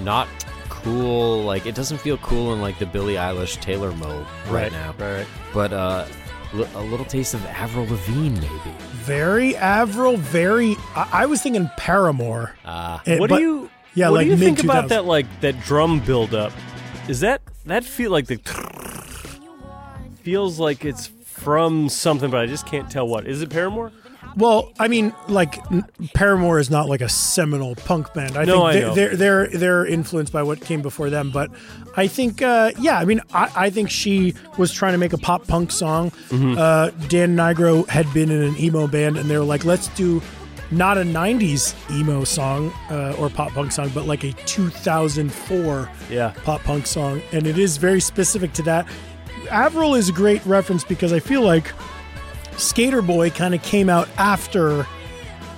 Speaker 2: not cool. Like it doesn't feel cool in like the Billie Eilish Taylor mode right, now.
Speaker 1: Right, right.
Speaker 2: But uh l- a little taste of Avril Lavigne maybe.
Speaker 3: Very Avril, very. I, I was thinking Paramore.
Speaker 2: Uh
Speaker 3: Eh,
Speaker 1: Ah. what
Speaker 3: but-
Speaker 1: do you?
Speaker 3: Yeah,
Speaker 1: what
Speaker 3: like
Speaker 1: do you think
Speaker 3: mid-
Speaker 1: about
Speaker 3: 2000s.
Speaker 1: that? Like that drum buildup. Is that that feel like the feels like it's from something, but I just can't tell what. Is it Paramore?
Speaker 3: Well, I mean, like n- Paramore is not like a seminal punk band. I
Speaker 1: No,
Speaker 3: think
Speaker 1: I
Speaker 3: they,
Speaker 1: know.
Speaker 3: they're they're they're influenced by what came before them. But I think, uh, yeah, I mean, I, I think she was trying to make a pop punk song.
Speaker 1: Mm-hmm.
Speaker 3: Uh, Dan Nigro had been in an emo band, and they were like, let's do not a '90s emo song uh, or pop punk song, but like a 2004
Speaker 1: Yeah.
Speaker 3: pop punk song, and it is very specific to that. Avril is a great reference because I feel like Skater Boy kind of came out after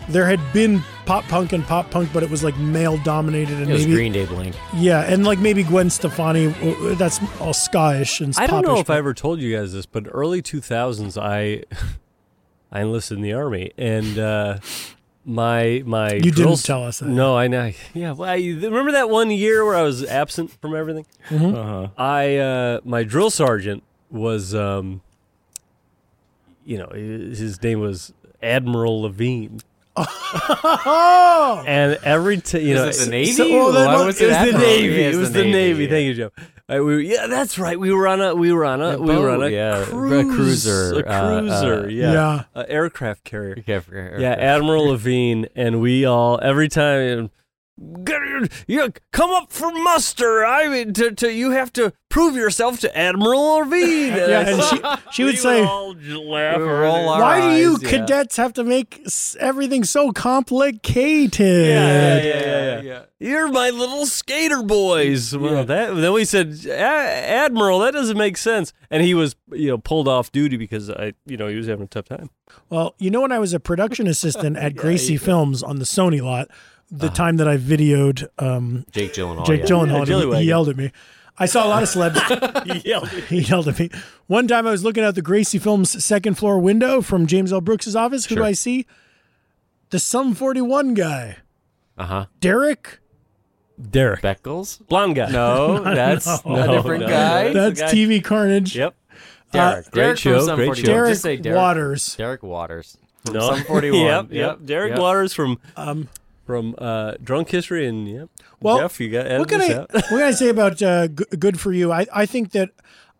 Speaker 3: there had been pop punk and pop punk, but it was like male dominated and
Speaker 2: it was
Speaker 3: maybe
Speaker 2: Green Day Bling.
Speaker 3: yeah, and like maybe Gwen Stefani. uh, That's all Scottish and
Speaker 1: I don't know
Speaker 3: popish,
Speaker 1: if I ever told you guys this, but early 2000s, I I enlisted in the army, and uh, my my
Speaker 3: You didn't
Speaker 1: drill
Speaker 3: tell us that.
Speaker 1: No, I know. Yeah, well, I, remember that one year where I was absent from everything.
Speaker 3: Mm-hmm.
Speaker 1: Uh-huh. I uh, my drill sergeant was, um, you know, his his name was Admiral Levine,
Speaker 3: Oh,
Speaker 1: and every t- you know
Speaker 2: Is it the Navy?
Speaker 3: so- well, that
Speaker 2: Why
Speaker 3: was-
Speaker 2: was
Speaker 1: it
Speaker 2: it
Speaker 1: was the
Speaker 2: Avril?
Speaker 1: Navy.
Speaker 2: Yeah,
Speaker 1: It
Speaker 2: it's
Speaker 1: was the Navy.
Speaker 2: yeah.
Speaker 1: Thank you, Joe. Uh, we, yeah, that's right. We were on a we were on a, we were on a
Speaker 2: boat, yeah, a
Speaker 1: cruise,
Speaker 2: cruiser,
Speaker 1: a
Speaker 2: uh,
Speaker 1: cruiser,
Speaker 2: uh,
Speaker 1: yeah,
Speaker 3: Yeah.
Speaker 1: a aircraft carrier.
Speaker 2: Okay, I forgot-
Speaker 1: Yeah,
Speaker 2: okay.
Speaker 1: Admiral Levine, and we all every time. Get your, you come up for muster. I mean, to, to you have to prove yourself to Admiral Levine.
Speaker 3: yeah, and she she would say,
Speaker 2: We were all our
Speaker 3: "Why do you
Speaker 2: eyes, yeah.
Speaker 3: cadets have to make s- everything so complicated?"
Speaker 1: yeah, yeah, yeah, yeah. You're my little skater boys. Well, that then we said, "A- Admiral, that doesn't make sense. And he was, you know, pulled off duty because I, you know, he was having a tough time.
Speaker 3: Well, you know, when I was a production assistant at Gracie Films on the Sony lot, the
Speaker 2: Uh-huh.
Speaker 3: time that I videoed um,
Speaker 2: Jake Gyllenhaal.
Speaker 3: Jake
Speaker 2: yeah.
Speaker 3: Gyllenhaal.
Speaker 1: Yeah,
Speaker 3: and he-
Speaker 1: Gillywagon.
Speaker 3: he yelled at me. I saw a lot of celebs. he yelled at me. One time I was looking out the Gracie Films second floor window from James L. Brooks's office. Who
Speaker 2: Sure.
Speaker 3: do I see? The Sum 41 guy,
Speaker 2: Uh huh.
Speaker 3: Derek.
Speaker 1: Derek.
Speaker 2: Beckles?
Speaker 1: Blonde guy.
Speaker 2: No, that's
Speaker 1: no,
Speaker 2: a different
Speaker 1: no.
Speaker 2: guy.
Speaker 3: That's
Speaker 2: The guy-
Speaker 3: TV Carnage.
Speaker 1: Yep.
Speaker 2: Derek.
Speaker 1: Great
Speaker 2: Derek
Speaker 1: show,
Speaker 2: From Sum
Speaker 1: great
Speaker 2: 41.
Speaker 1: show.
Speaker 3: Derek
Speaker 2: Just say Derek.
Speaker 3: Waters.
Speaker 2: Derek Waters. From
Speaker 1: No.
Speaker 2: Sum 41.
Speaker 1: yep, yep. Derek
Speaker 2: yep.
Speaker 1: Waters from
Speaker 3: Um,
Speaker 1: from uh, Drunk History and yep.
Speaker 3: Well,
Speaker 1: Jeff, you got edit
Speaker 3: what can
Speaker 1: this
Speaker 3: I
Speaker 1: out.
Speaker 3: what can I say about uh, G- "Good for You"? I, I think that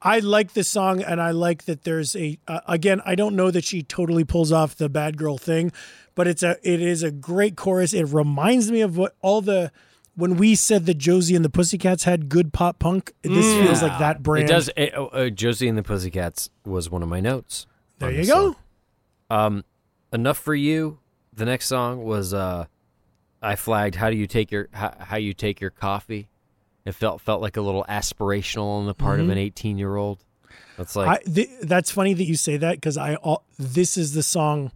Speaker 3: I like this song, and I like that there's a uh, again. I don't know that she totally pulls off the bad girl thing, but it's a it is a great chorus. It reminds me of what all the when we said that Josie and the Pussycats had good pop punk. This feels like that brand.
Speaker 2: Mm. It does. It, oh, uh, Josie and the Pussycats was one of my notes.
Speaker 3: There
Speaker 2: on
Speaker 3: you
Speaker 2: this
Speaker 3: go.
Speaker 2: song. Um, enough for you. The next song was uh, I flagged. How do you take your how, how you take your coffee? It felt felt like a little aspirational on the part of an eighteen year old. That's like
Speaker 3: Mm-hmm. I, th- that's funny that you say that because I all, this is the song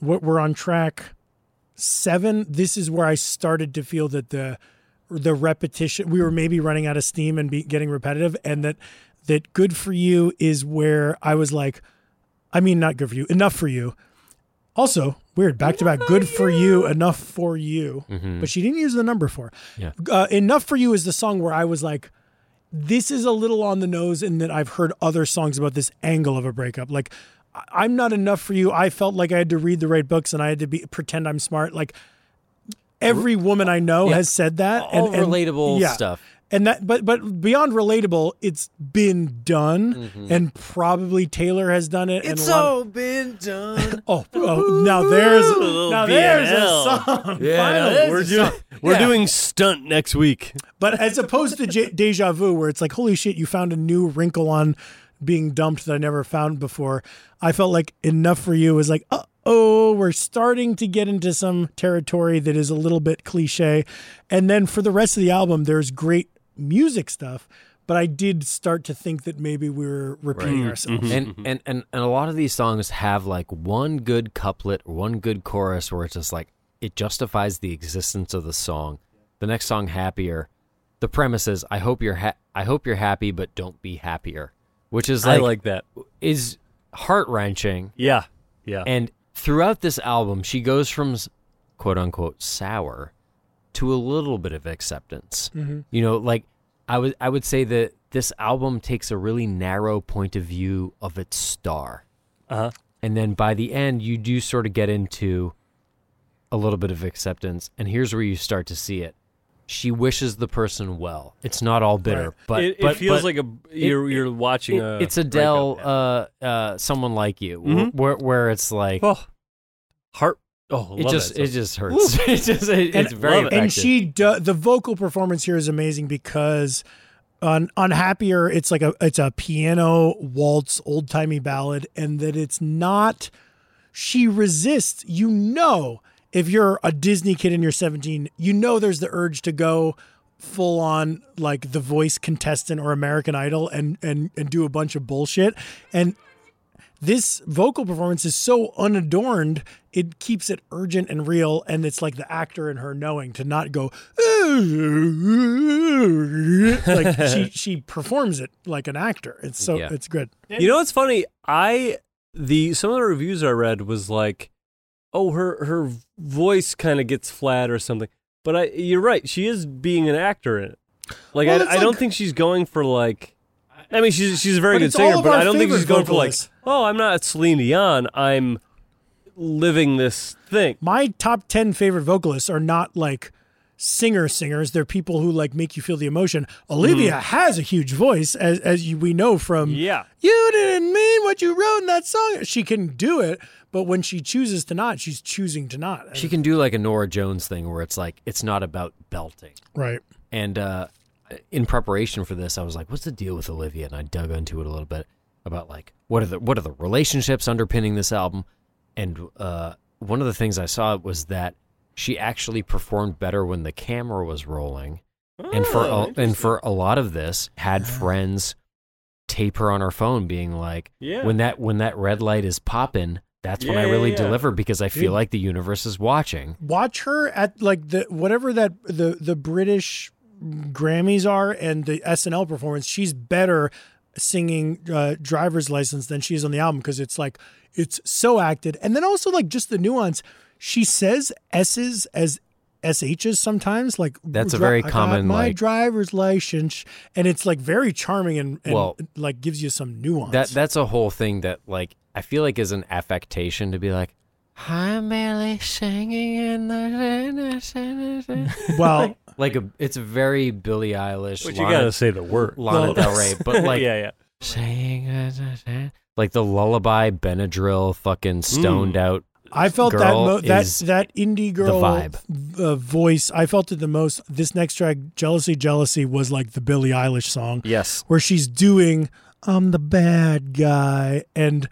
Speaker 3: we're, we're on track seven. This is where I started to feel that the the repetition we were maybe running out of steam and be, getting repetitive, and that that good for you is where I was like, I mean, not good for you, enough for you. Also weird, back to back, good for you, enough for you, but she didn't use the number for.
Speaker 2: Mm-hmm. Yeah.
Speaker 3: Uh, enough for you is the song where I was like this is a little on the nose in that I've heard other songs about this angle of a breakup. Like, I- I'm not enough for you. I felt like I had to read the right books and I had to be pretend I'm smart. Like, every woman I know
Speaker 2: Yeah.
Speaker 3: has said that.
Speaker 2: all relatable
Speaker 3: yeah.
Speaker 2: stuff.
Speaker 3: And that, but but beyond relatable, it's been done, and probably Taylor has done it. and a lot of-
Speaker 2: been done.
Speaker 3: oh, oh, now there's
Speaker 1: little
Speaker 3: now there's a
Speaker 1: BNL.
Speaker 3: song.
Speaker 2: Yeah,
Speaker 3: finally.
Speaker 1: We're doing we're doing stunt next week.
Speaker 3: But as opposed to J- deja vu, where it's like, holy shit, you found a new wrinkle on being dumped that I never found before. I felt like enough for you was like, uh oh, we're starting to get into some territory that is a little bit cliche. And then for the rest of the album, there's great music stuff. But I did start to think that maybe we were repeating ourselves.
Speaker 2: and, and and and a lot of these songs have like one good couplet, one good chorus where it's just like it justifies the existence of the song. The next song, happier. The premise is I hope you're ha- I hope you're happy, but don't be happier, which is
Speaker 1: I
Speaker 2: like,
Speaker 1: like that.
Speaker 2: is heart wrenching.
Speaker 1: Yeah. Yeah.
Speaker 2: And throughout this album, she goes from s- quote unquote sour to a little bit of acceptance.
Speaker 1: Mm-hmm.
Speaker 2: You know, like I would I would say that this album takes a really narrow point of view of its star.
Speaker 1: Uh-huh.
Speaker 2: And then by the end, you do sort of get into a little bit of acceptance. And here's where you start to see it. She wishes the person well. It's not all bitter,
Speaker 3: Right.
Speaker 2: but
Speaker 1: it, it
Speaker 2: but-
Speaker 1: feels
Speaker 2: but-
Speaker 1: like a you're
Speaker 2: it-
Speaker 1: you're watching
Speaker 2: it-
Speaker 1: a
Speaker 2: it's Adele,
Speaker 1: breakup.
Speaker 2: uh, uh, someone like you,
Speaker 1: Mhm.
Speaker 2: where where it's like
Speaker 1: Oh, heart. Oh,
Speaker 2: it
Speaker 1: love
Speaker 2: just
Speaker 1: that
Speaker 2: it
Speaker 1: song.
Speaker 2: just hurts. it just it,
Speaker 3: And-
Speaker 2: it's very
Speaker 1: love it.
Speaker 3: and
Speaker 2: effective.
Speaker 3: she do, the vocal performance here is amazing because on on happier it's like a it's a piano waltz old timey ballad and that it's not she resists you know if you're a disney kid and you're 17 you know there's the urge to go full on like the voice contestant or american idol and and and do a bunch of bullshit and this vocal performance is so unadorned it keeps it urgent and real and it's like the actor and her knowing to not go like she she performs it like an actor it's so
Speaker 2: Yeah.
Speaker 3: it's good
Speaker 1: You know what's funny? I the some of the reviews I read was like, oh, her her voice kind of gets flat or something. But I, you're right. She is being an actor in it. Like
Speaker 3: Well,
Speaker 1: I,
Speaker 3: it's
Speaker 1: I don't
Speaker 3: like-
Speaker 1: think she's going for like. I mean, she's she's a very
Speaker 3: But
Speaker 1: good
Speaker 3: it's all
Speaker 1: singer,
Speaker 3: of
Speaker 1: but
Speaker 3: our
Speaker 1: I don't think
Speaker 3: favorite
Speaker 1: she's going for like,
Speaker 3: vocalists.
Speaker 1: oh, I'm not Celine Dion. I'm living this thing.
Speaker 3: my top 10 favorite vocalists are not like singer singers they're people who like make you feel the emotion olivia
Speaker 2: Mm.
Speaker 3: has a huge voice as as you, we know from
Speaker 1: Yeah.
Speaker 3: you didn't mean what you wrote in that song she can do it but when she chooses to not she's choosing to not
Speaker 2: she can do like a Nora Jones thing where it's like it's not about belting.
Speaker 3: right
Speaker 2: And uh, in preparation for this, I was like, "What's the deal with Olivia?" And I dug into it a little bit about like what are the what are the relationships underpinning this album. And uh, one of the things I saw was that she actually performed better when the camera was rolling. and for
Speaker 1: Oh,
Speaker 2: a, and for a lot of this, had friends tape her on her phone, being like,
Speaker 1: Yeah.
Speaker 2: "When that when that red light is popping, that's
Speaker 1: Yeah,
Speaker 2: when I
Speaker 1: yeah,
Speaker 2: really
Speaker 1: yeah.
Speaker 2: deliver because I feel
Speaker 3: Dude.
Speaker 2: like the universe is watching.
Speaker 3: Watch her at like the whatever that the the British Grammys are and the SNL performance. She's better singing uh, "Driver's License" than she is on the album because it's like it's so acted, and then also like just the nuance. She says s's as shs sometimes. Like
Speaker 2: That's a
Speaker 3: dri-
Speaker 2: very
Speaker 3: I got
Speaker 2: common,
Speaker 3: my
Speaker 2: like-
Speaker 3: driver's license, and it's like very charming and, and
Speaker 2: Well,
Speaker 3: like gives you some nuance.
Speaker 2: That that's a whole thing that like I feel like is an affectation to be like I'm barely singing in the
Speaker 3: well,
Speaker 2: like a, it's a very Billie Eilish,
Speaker 1: But you
Speaker 2: Lana,
Speaker 1: gotta say the word.
Speaker 2: Lana
Speaker 3: Well,
Speaker 2: Del Rey, but like
Speaker 1: yeah, yeah.
Speaker 2: singing in the- like the lullaby Benadryl,
Speaker 1: Hmm.
Speaker 2: fucking stoned out.
Speaker 3: I felt that
Speaker 2: girl
Speaker 3: mo- that
Speaker 2: is
Speaker 3: that indie girl
Speaker 2: vibe.
Speaker 3: v- Uh, voice. I felt it the most. This next track, "Jealousy, Jealousy," was like the Billie Eilish song
Speaker 1: Yes.
Speaker 3: where she's doing "I'm the bad guy" and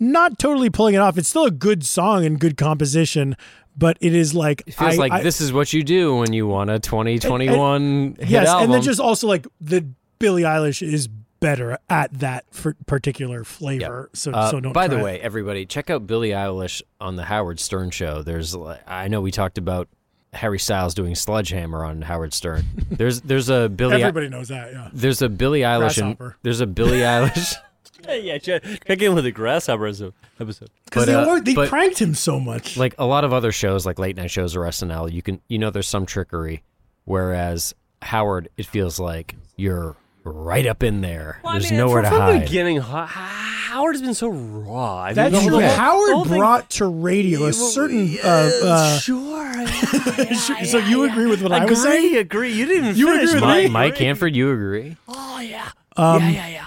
Speaker 3: not totally pulling it off. It's still a good song and good composition, but it is like
Speaker 2: It feels
Speaker 3: I-
Speaker 2: like
Speaker 3: I-
Speaker 2: this is what you do when you want a 2021 hit
Speaker 3: Yes,
Speaker 2: album.
Speaker 3: and then just also like the Billie Eilish is better at that for particular flavor. So
Speaker 2: Uh,
Speaker 3: so don't.
Speaker 2: by
Speaker 3: try
Speaker 2: the
Speaker 3: it.
Speaker 2: way, everybody, check out Billie Eilish on the Howard Stern show. There's, like, I know we talked about Harry Styles doing Sledgehammer on Howard Stern. There's, there's a Billie,
Speaker 3: everybody knows that. Yeah.
Speaker 2: there's a Billie Eilish, and
Speaker 3: Grasshopper.
Speaker 2: there's a Billie Eilish.
Speaker 1: Yeah, yeah. Check, check in with the grasshopper episode. episode.
Speaker 3: Because
Speaker 2: But,
Speaker 3: they,
Speaker 2: uh,
Speaker 3: always- they
Speaker 2: but-
Speaker 3: pranked him so much.
Speaker 2: like a lot of other shows, like late night shows or SNL, you can, you know, there's some trickery. Whereas Howard, it feels like you're right up in there.
Speaker 1: Well, I
Speaker 2: there's
Speaker 1: mean,
Speaker 2: nowhere to
Speaker 1: from, From the
Speaker 2: hide.
Speaker 1: beginning, Ho- Howard's been so raw. I mean,
Speaker 3: That's
Speaker 1: the whole
Speaker 3: true.
Speaker 1: thing- the whole
Speaker 3: Howard
Speaker 1: thing-
Speaker 3: brought to radio a certain. Uh, uh,
Speaker 1: sure.
Speaker 3: so you agree with what I was saying?
Speaker 1: agree, agree. You didn't
Speaker 3: You
Speaker 1: finish
Speaker 3: agree with
Speaker 1: my-
Speaker 3: me?
Speaker 2: Mike, Mike Hanford, you agree?
Speaker 3: Um, yeah, yeah, yeah.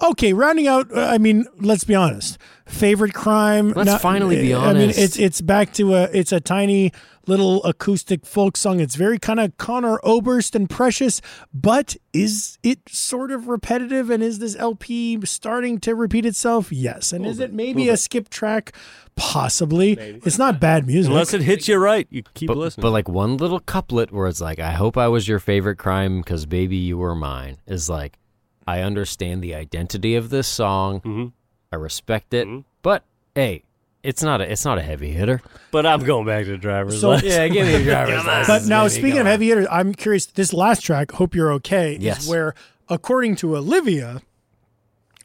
Speaker 3: Okay, rounding out. uh, I mean, let's be honest. Favorite crime.
Speaker 2: Let's finally be
Speaker 3: I mean,
Speaker 2: honest.
Speaker 3: it's it's back to a it's a tiny little acoustic folk song. It's very kind of Connor Oberst and Precious, but is it sort of repetitive? And is this LP starting to repeat itself? Yes. And is it maybe a skip track? Possibly. It's not bad music.
Speaker 1: Unless it hits you right, you keep
Speaker 2: but,
Speaker 1: listening.
Speaker 2: but like one little couplet where it's like, I hope I was your favorite crime because baby, you were mine is like, I understand the identity of this song.
Speaker 1: Mhm.
Speaker 2: I respect it.
Speaker 1: Mhm.
Speaker 2: But hey, it's not a it's not a heavy hitter.
Speaker 1: But I'm going back to the driver's
Speaker 3: So-
Speaker 1: license.
Speaker 2: give me a driver's
Speaker 3: But now, speaking of heavy hitters, I'm curious. This last track, "Hope You're Okay,"
Speaker 2: Yes.
Speaker 3: is where, according to Olivia,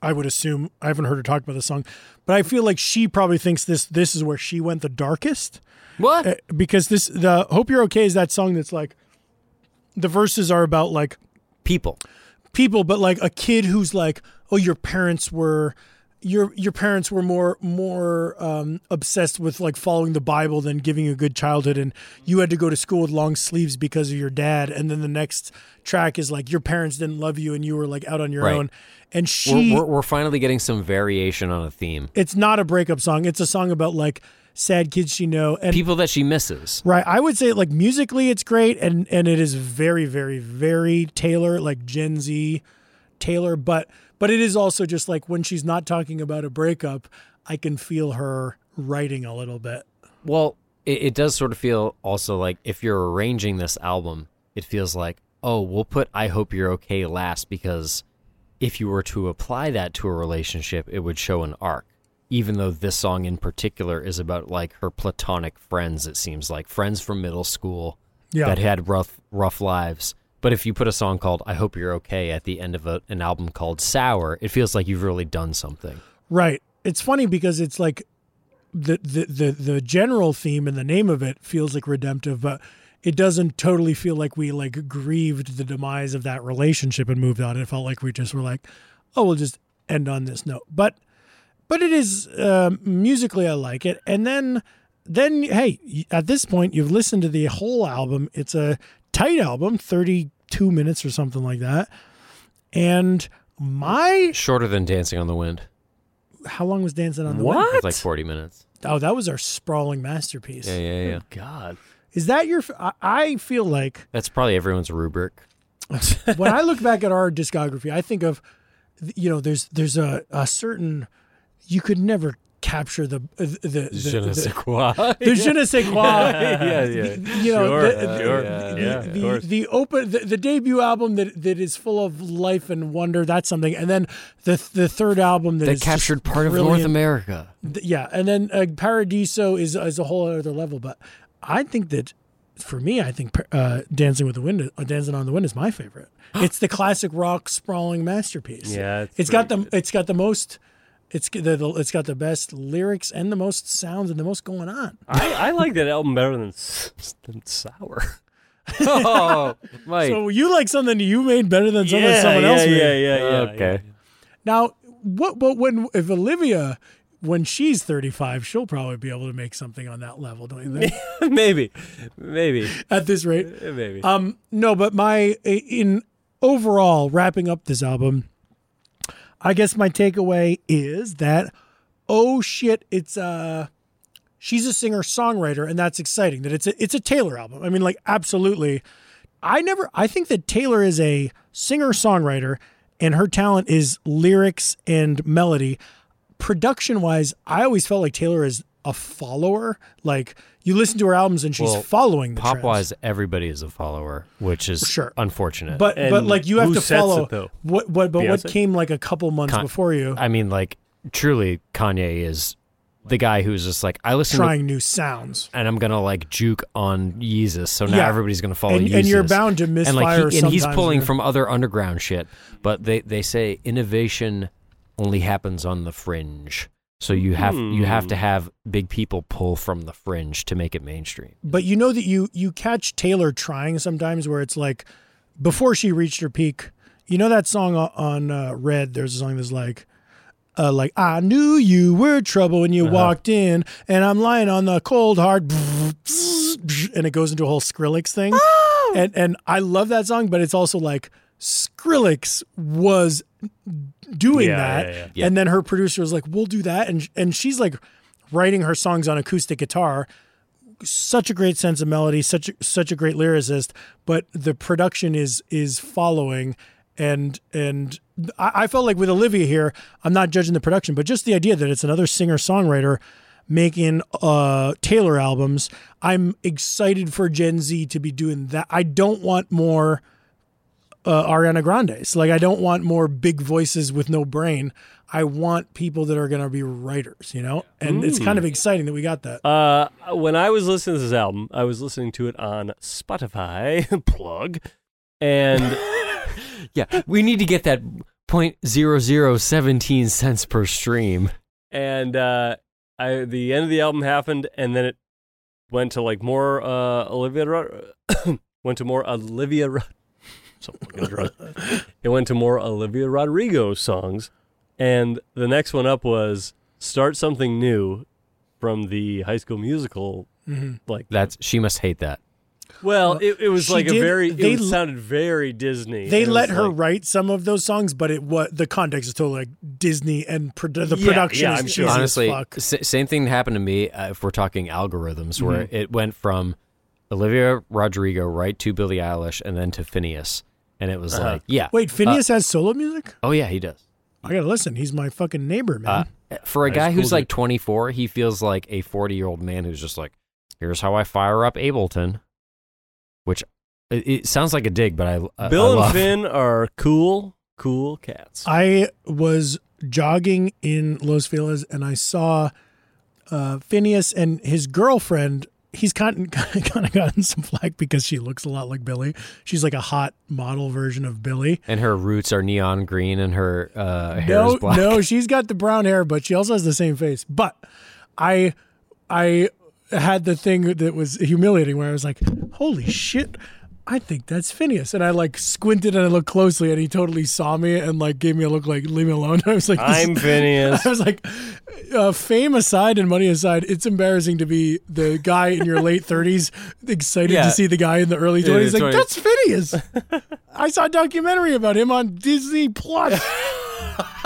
Speaker 3: I would assume I haven't heard her talk about this song, but I feel like she probably thinks this this is where she went the darkest
Speaker 2: What?
Speaker 3: uh, because this the "Hope You're Okay" is that song that's like the verses are about like
Speaker 2: People.
Speaker 3: people, but like a kid who's like, oh, your parents were. Your your parents were more more um, obsessed with like following the Bible than giving you a good childhood, and you had to go to school with long sleeves because of your dad. And then the next track is like your parents didn't love you, and you were like out on your
Speaker 2: Right.
Speaker 3: own. And she,
Speaker 2: We're, we're, we're finally getting some variation on a theme.
Speaker 3: it's not a breakup song; it's a song about like sad kids she know. And
Speaker 2: People that she misses.
Speaker 3: Right. I would say like musically it's great and and it is very very very Taylor like Gen Z Taylor but but it is also just like when she's not talking about a breakup I can feel her writing a little bit.
Speaker 2: Well, it, it does sort of feel also like if you're arranging this album, it feels like, oh, we'll put I Hope You're Okay last because if you were to apply that to a relationship, it would show an arc. Even though this song in particular is about like her platonic friends, it seems like friends from middle school
Speaker 3: Yeah.
Speaker 2: that had rough, rough lives. But if you put a song called I Hope You're Okay at the end of a, an album called Sour, it feels like you've really done something.
Speaker 3: Right. It's funny because it's like the, the the the general theme and the name of it feels like redemptive, but it doesn't totally feel like we like grieved the demise of that relationship and moved on. It felt like we just were like, oh, we'll just end on this note. But but it is um, musically I like it, and then then hey, y- at this point you've listened to the whole album. It's a tight album, thirty two minutes or something like that, and. My
Speaker 2: Shorter than Dancing on the Wind.
Speaker 3: how long was dancing on the Wind?
Speaker 2: It's like 40 minutes.
Speaker 3: Oh, that was our sprawling masterpiece.
Speaker 2: Yeah, yeah, yeah.
Speaker 1: God.
Speaker 3: Is that your? f- I, I feel like
Speaker 2: That's probably everyone's rubric.
Speaker 3: when I look back at our discography, I think of, you know, there's there's a, a certain you could never capture the the the, the,
Speaker 2: Je ne sais
Speaker 3: the,
Speaker 2: quoi.
Speaker 3: the je ne sais quoi.
Speaker 1: Yeah, yeah.
Speaker 3: You know,
Speaker 1: Sure,
Speaker 3: the,
Speaker 1: uh,
Speaker 3: the-
Speaker 1: sure.
Speaker 3: the-
Speaker 1: Yeah,
Speaker 3: the,
Speaker 1: of course.
Speaker 3: the open the, the debut album that that is full of life and wonder. That's something, and then the the third album that,
Speaker 2: that
Speaker 3: is just
Speaker 2: captured part of North
Speaker 3: brilliant.
Speaker 2: America.
Speaker 3: Th- yeah, and then uh, Paradiso is is a whole other level. But I think that for me, I think uh, Dancing with the Wind, uh, Dancing on the Wind, is my favorite. It's the classic rock sprawling masterpiece.
Speaker 1: Yeah, it's
Speaker 3: it's got the
Speaker 1: pretty
Speaker 3: it's got the most. It's g- the, the, it's got the best lyrics and the most sounds and the most going on.
Speaker 1: I, I like that album better than, s- than Sour.
Speaker 2: oh, Mike.
Speaker 3: So you like something you made better than something someone
Speaker 1: yeah,
Speaker 3: else
Speaker 1: yeah,
Speaker 3: made.
Speaker 1: yeah, yeah, yeah.
Speaker 2: okay.
Speaker 3: Now, what? But when if Olivia, when she's thirty five, she'll probably be able to make something on that level, don't you think?
Speaker 1: maybe, maybe,
Speaker 3: At this rate,
Speaker 1: maybe.
Speaker 3: Um, no, but my in overall wrapping up this album, I guess my takeaway is that oh shit, it's uh she's a singer songwriter, and that's exciting. That it's a it's a Taylor album. I mean, like absolutely. I never. I think that Taylor is a singer songwriter, and her talent is lyrics and melody. Production wise, I always felt like Taylor is a follower. Like you listen to her albums, and she's
Speaker 2: Well,
Speaker 3: following the
Speaker 2: Pop
Speaker 3: trends.
Speaker 2: wise, everybody is a follower, which is
Speaker 3: Sure.
Speaker 2: unfortunate.
Speaker 3: But but
Speaker 1: And
Speaker 3: like you have
Speaker 1: who
Speaker 3: to
Speaker 1: sets
Speaker 3: follow
Speaker 1: it, though?
Speaker 3: what what but what
Speaker 1: Beyonce?
Speaker 3: came like a couple months
Speaker 2: Con-
Speaker 3: before you
Speaker 2: I mean, like, truly, Kanye is the guy who's just like, I listen to
Speaker 3: trying new sounds.
Speaker 2: and I'm gonna like juke on Yeezus, so now
Speaker 3: Yeah.
Speaker 2: everybody's gonna follow
Speaker 3: And-
Speaker 2: Yeezus,
Speaker 3: and you're bound to
Speaker 2: And, like,
Speaker 3: misfire
Speaker 2: he- and he's
Speaker 3: sometimes,
Speaker 2: pulling
Speaker 3: yeah.
Speaker 2: from other underground shit, but they they say innovation only happens on the fringe, so you have you have to have big people pull from the fringe to make it mainstream.
Speaker 3: But you know that you you catch Taylor trying sometimes where it's like before she reached her peak. You know that song o- on uh, Red? There's a song that's like. Uh, like I knew you were trouble when
Speaker 1: Uh-huh.
Speaker 3: you walked in, and I'm lying on the cold hard, and it goes into a whole Skrillex thing,
Speaker 1: Oh!
Speaker 3: and and I love that song, but it's also like Skrillex was doing
Speaker 1: Yeah,
Speaker 3: that,
Speaker 1: yeah, yeah.
Speaker 2: Yeah.
Speaker 3: and then her producer was like, "We'll do that," and and she's like writing her songs on acoustic guitar, such a great sense of melody, such a, such a great lyricist, but the production is is following. And and I, I felt like with Olivia here, I'm not judging the production, but just the idea that it's another singer songwriter making uh Taylor albums. I'm excited for Gen Z to be doing that. I don't want more uh, Ariana Grande's. Like I don't want more big voices with no brain. I want people that are going to be writers, you know? And it's kind of exciting that we got that.
Speaker 1: Uh, when I was listening to this album, I was listening to it on Spotify plug, and
Speaker 2: Yeah, we need to get that point zero zero seventeen cents per stream.
Speaker 1: and uh, I the end of the album happened, and then it went to like more uh, Olivia Rod- went to more Olivia Rod- so fucking drunk. it went to more Olivia Rodrigo songs, and the next one up was "Start Something New" from the High School Musical. Like
Speaker 2: That's she must hate that.
Speaker 1: well, it, it was
Speaker 3: Mm-hmm. she
Speaker 1: like a
Speaker 3: did-
Speaker 1: very it
Speaker 3: they
Speaker 1: was-
Speaker 3: l-
Speaker 1: sounded very Disney.
Speaker 3: They
Speaker 1: and it
Speaker 3: let
Speaker 1: was
Speaker 3: her
Speaker 1: like-
Speaker 3: write some of those songs, but it was the context is totally like Disney and pro- the
Speaker 1: Yeah,
Speaker 3: production
Speaker 1: yeah,
Speaker 3: is
Speaker 1: I'm
Speaker 3: cheesy
Speaker 1: sure.
Speaker 3: as
Speaker 2: honestly
Speaker 3: fuck.
Speaker 2: sa- same thing happened to me uh, if we're talking algorithms where it went from olivia rodrigo right to billie eilish and then to phineas and it was like yeah Uh,
Speaker 3: Wait, Phineas has solo music?
Speaker 2: oh yeah he does
Speaker 3: I gotta listen. He's my fucking neighbor, man.
Speaker 2: uh, for a guy
Speaker 1: Googled
Speaker 2: who's
Speaker 1: it.
Speaker 2: like 24 he feels like a 40 year old man who's just like here's how i fire up ableton which it, it sounds like a dig but i I- I
Speaker 1: Bill and
Speaker 2: love.
Speaker 1: Finn are cool, cool cats.
Speaker 3: I was jogging in Los Feliz and I saw uh, Phineas and his girlfriend. He's kind of, kind of gotten some flack because she looks a lot like Billy. She's like a hot model version of Billy.
Speaker 2: and her roots are neon green and her uh, hair
Speaker 3: no,
Speaker 2: is black
Speaker 3: no, she's got the brown hair, but she also has the same face. But I, I had the thing that was humiliating where I was like, "Holy shit." I think that's Phineas, and I like squinted and I looked closely, and he totally saw me and like gave me a look like leave me alone. I was like, this is-
Speaker 1: I'm Phineas.
Speaker 3: I was like, uh, fame aside and money aside, it's embarrassing to be the guy in your late 30s excited
Speaker 1: Yeah.
Speaker 3: to see the guy in the early 20s. like,
Speaker 1: 20s.
Speaker 3: that's Phineas. I saw a documentary about him on Disney Plus.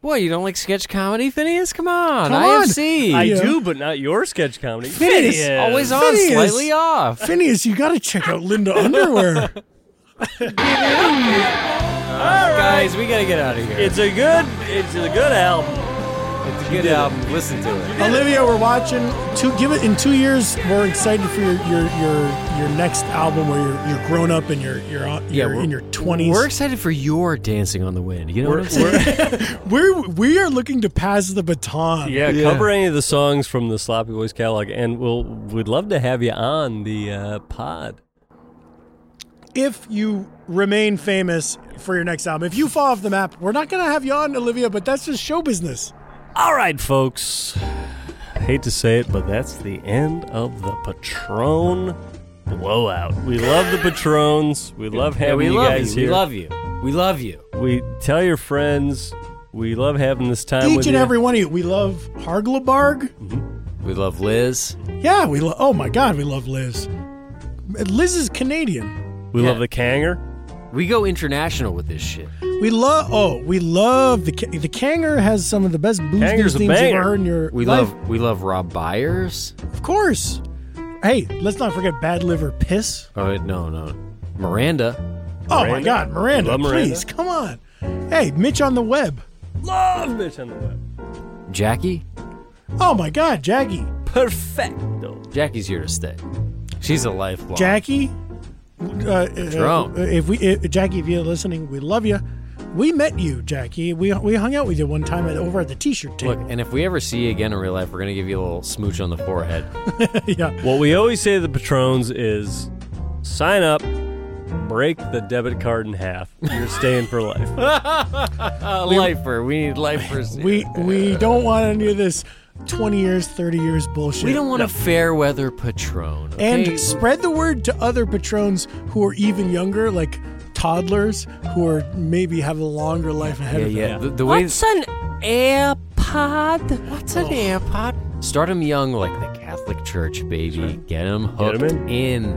Speaker 2: what you don't like sketch comedy phineas come on
Speaker 3: Come on.
Speaker 2: ifc
Speaker 1: I
Speaker 3: Yeah.
Speaker 1: do, but not your sketch comedy.
Speaker 3: Phineas.
Speaker 2: always
Speaker 3: on,
Speaker 2: on,
Speaker 3: Phineas. slightly
Speaker 2: slightly off.
Speaker 3: Phineas, you got to check out Linda Underwear.
Speaker 2: Guys, we gotta get out of here.
Speaker 1: It's a good, it's a good album.
Speaker 2: It's, Good album. Listen to it.
Speaker 3: Olivia, we're watching. Two, give it in two years. We're excited for your your your, your next album where you're you're grown up and you're you're, on,
Speaker 2: Yeah,
Speaker 3: you're
Speaker 2: we're-
Speaker 3: in your twenties.
Speaker 2: We're excited for your Dancing on the Wind. You know what I'm saying?
Speaker 3: We're we are looking to pass the baton.
Speaker 1: Yeah,
Speaker 2: Yeah.
Speaker 1: cover any of the songs from the Sloppy Boys catalog, and we'll we'd love to have you on the uh, pod.
Speaker 3: If you remain famous for your next album, if you fall off the map, we're not gonna have you on, Olivia. But that's just show business.
Speaker 1: All right, folks. Hate to say it, but that's the end of the Patron blowout. We love the Patrons. We love
Speaker 2: Yeah,
Speaker 1: having
Speaker 2: we
Speaker 1: you
Speaker 2: love
Speaker 1: guys
Speaker 2: you.
Speaker 1: here.
Speaker 2: We love you. We love you.
Speaker 1: We tell your friends. We love having this time
Speaker 3: Each
Speaker 1: with
Speaker 3: and
Speaker 1: you.
Speaker 3: every one of you. We love Harglabarg.
Speaker 2: We love Liz.
Speaker 3: Yeah, we. Lo- oh my God, we love Liz. Liz is Canadian.
Speaker 1: we
Speaker 2: Yeah.
Speaker 1: love the Kanger.
Speaker 2: We go international with this shit.
Speaker 3: We love. Oh, we love the Ka- the Kanger has some of the best booze
Speaker 1: Kanger's
Speaker 3: things
Speaker 1: a
Speaker 3: you've ever
Speaker 1: banger.
Speaker 3: heard in your
Speaker 2: We
Speaker 3: life.
Speaker 2: love we love Rob Byers.
Speaker 3: Of course. Hey, let's not forget Bad Liver Piss.
Speaker 2: Oh wait, no, no. Miranda.
Speaker 3: Oh my
Speaker 1: Miranda.
Speaker 3: God, Miranda,
Speaker 1: Love Miranda.
Speaker 3: please come on. Hey, Mitch on the web.
Speaker 1: Love bitch on the web.
Speaker 2: Jackie?
Speaker 3: Oh my God, Jackie.
Speaker 1: Perfecto.
Speaker 2: Jackie's here to stay. She's a lifelong.
Speaker 3: Jackie. Uh, uh,
Speaker 2: Drone.
Speaker 3: if we, if, Jackie, if you're listening, we love you. We met you, Jackie. We we hung out with you one time at, over at the T-shirt
Speaker 2: Look,
Speaker 3: table.
Speaker 2: and if we ever see you again in real life, we're gonna give you a little smooch on the forehead.
Speaker 3: yeah.
Speaker 1: What we always say to the patrons is sign up, break the debit card in half. You're staying for life.
Speaker 2: A lifer. We need lifers.
Speaker 3: We we don't want any of this 20 years, 30 years bullshit.
Speaker 2: we don't want a fair weather patron.
Speaker 3: And
Speaker 2: okay?
Speaker 3: spread the word to other patrons who are even younger, like toddlers who are maybe have a longer life ahead
Speaker 2: yeah,
Speaker 3: of them.
Speaker 2: yeah. The, the way
Speaker 5: an AirPod?
Speaker 2: What's an AirPod? Start them young, like the Catholic Church, baby. Get them hooked
Speaker 1: 'em
Speaker 2: in.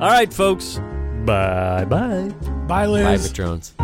Speaker 1: All right, folks. Bye bye.
Speaker 3: Bye, Liz.
Speaker 2: Bye, patrons.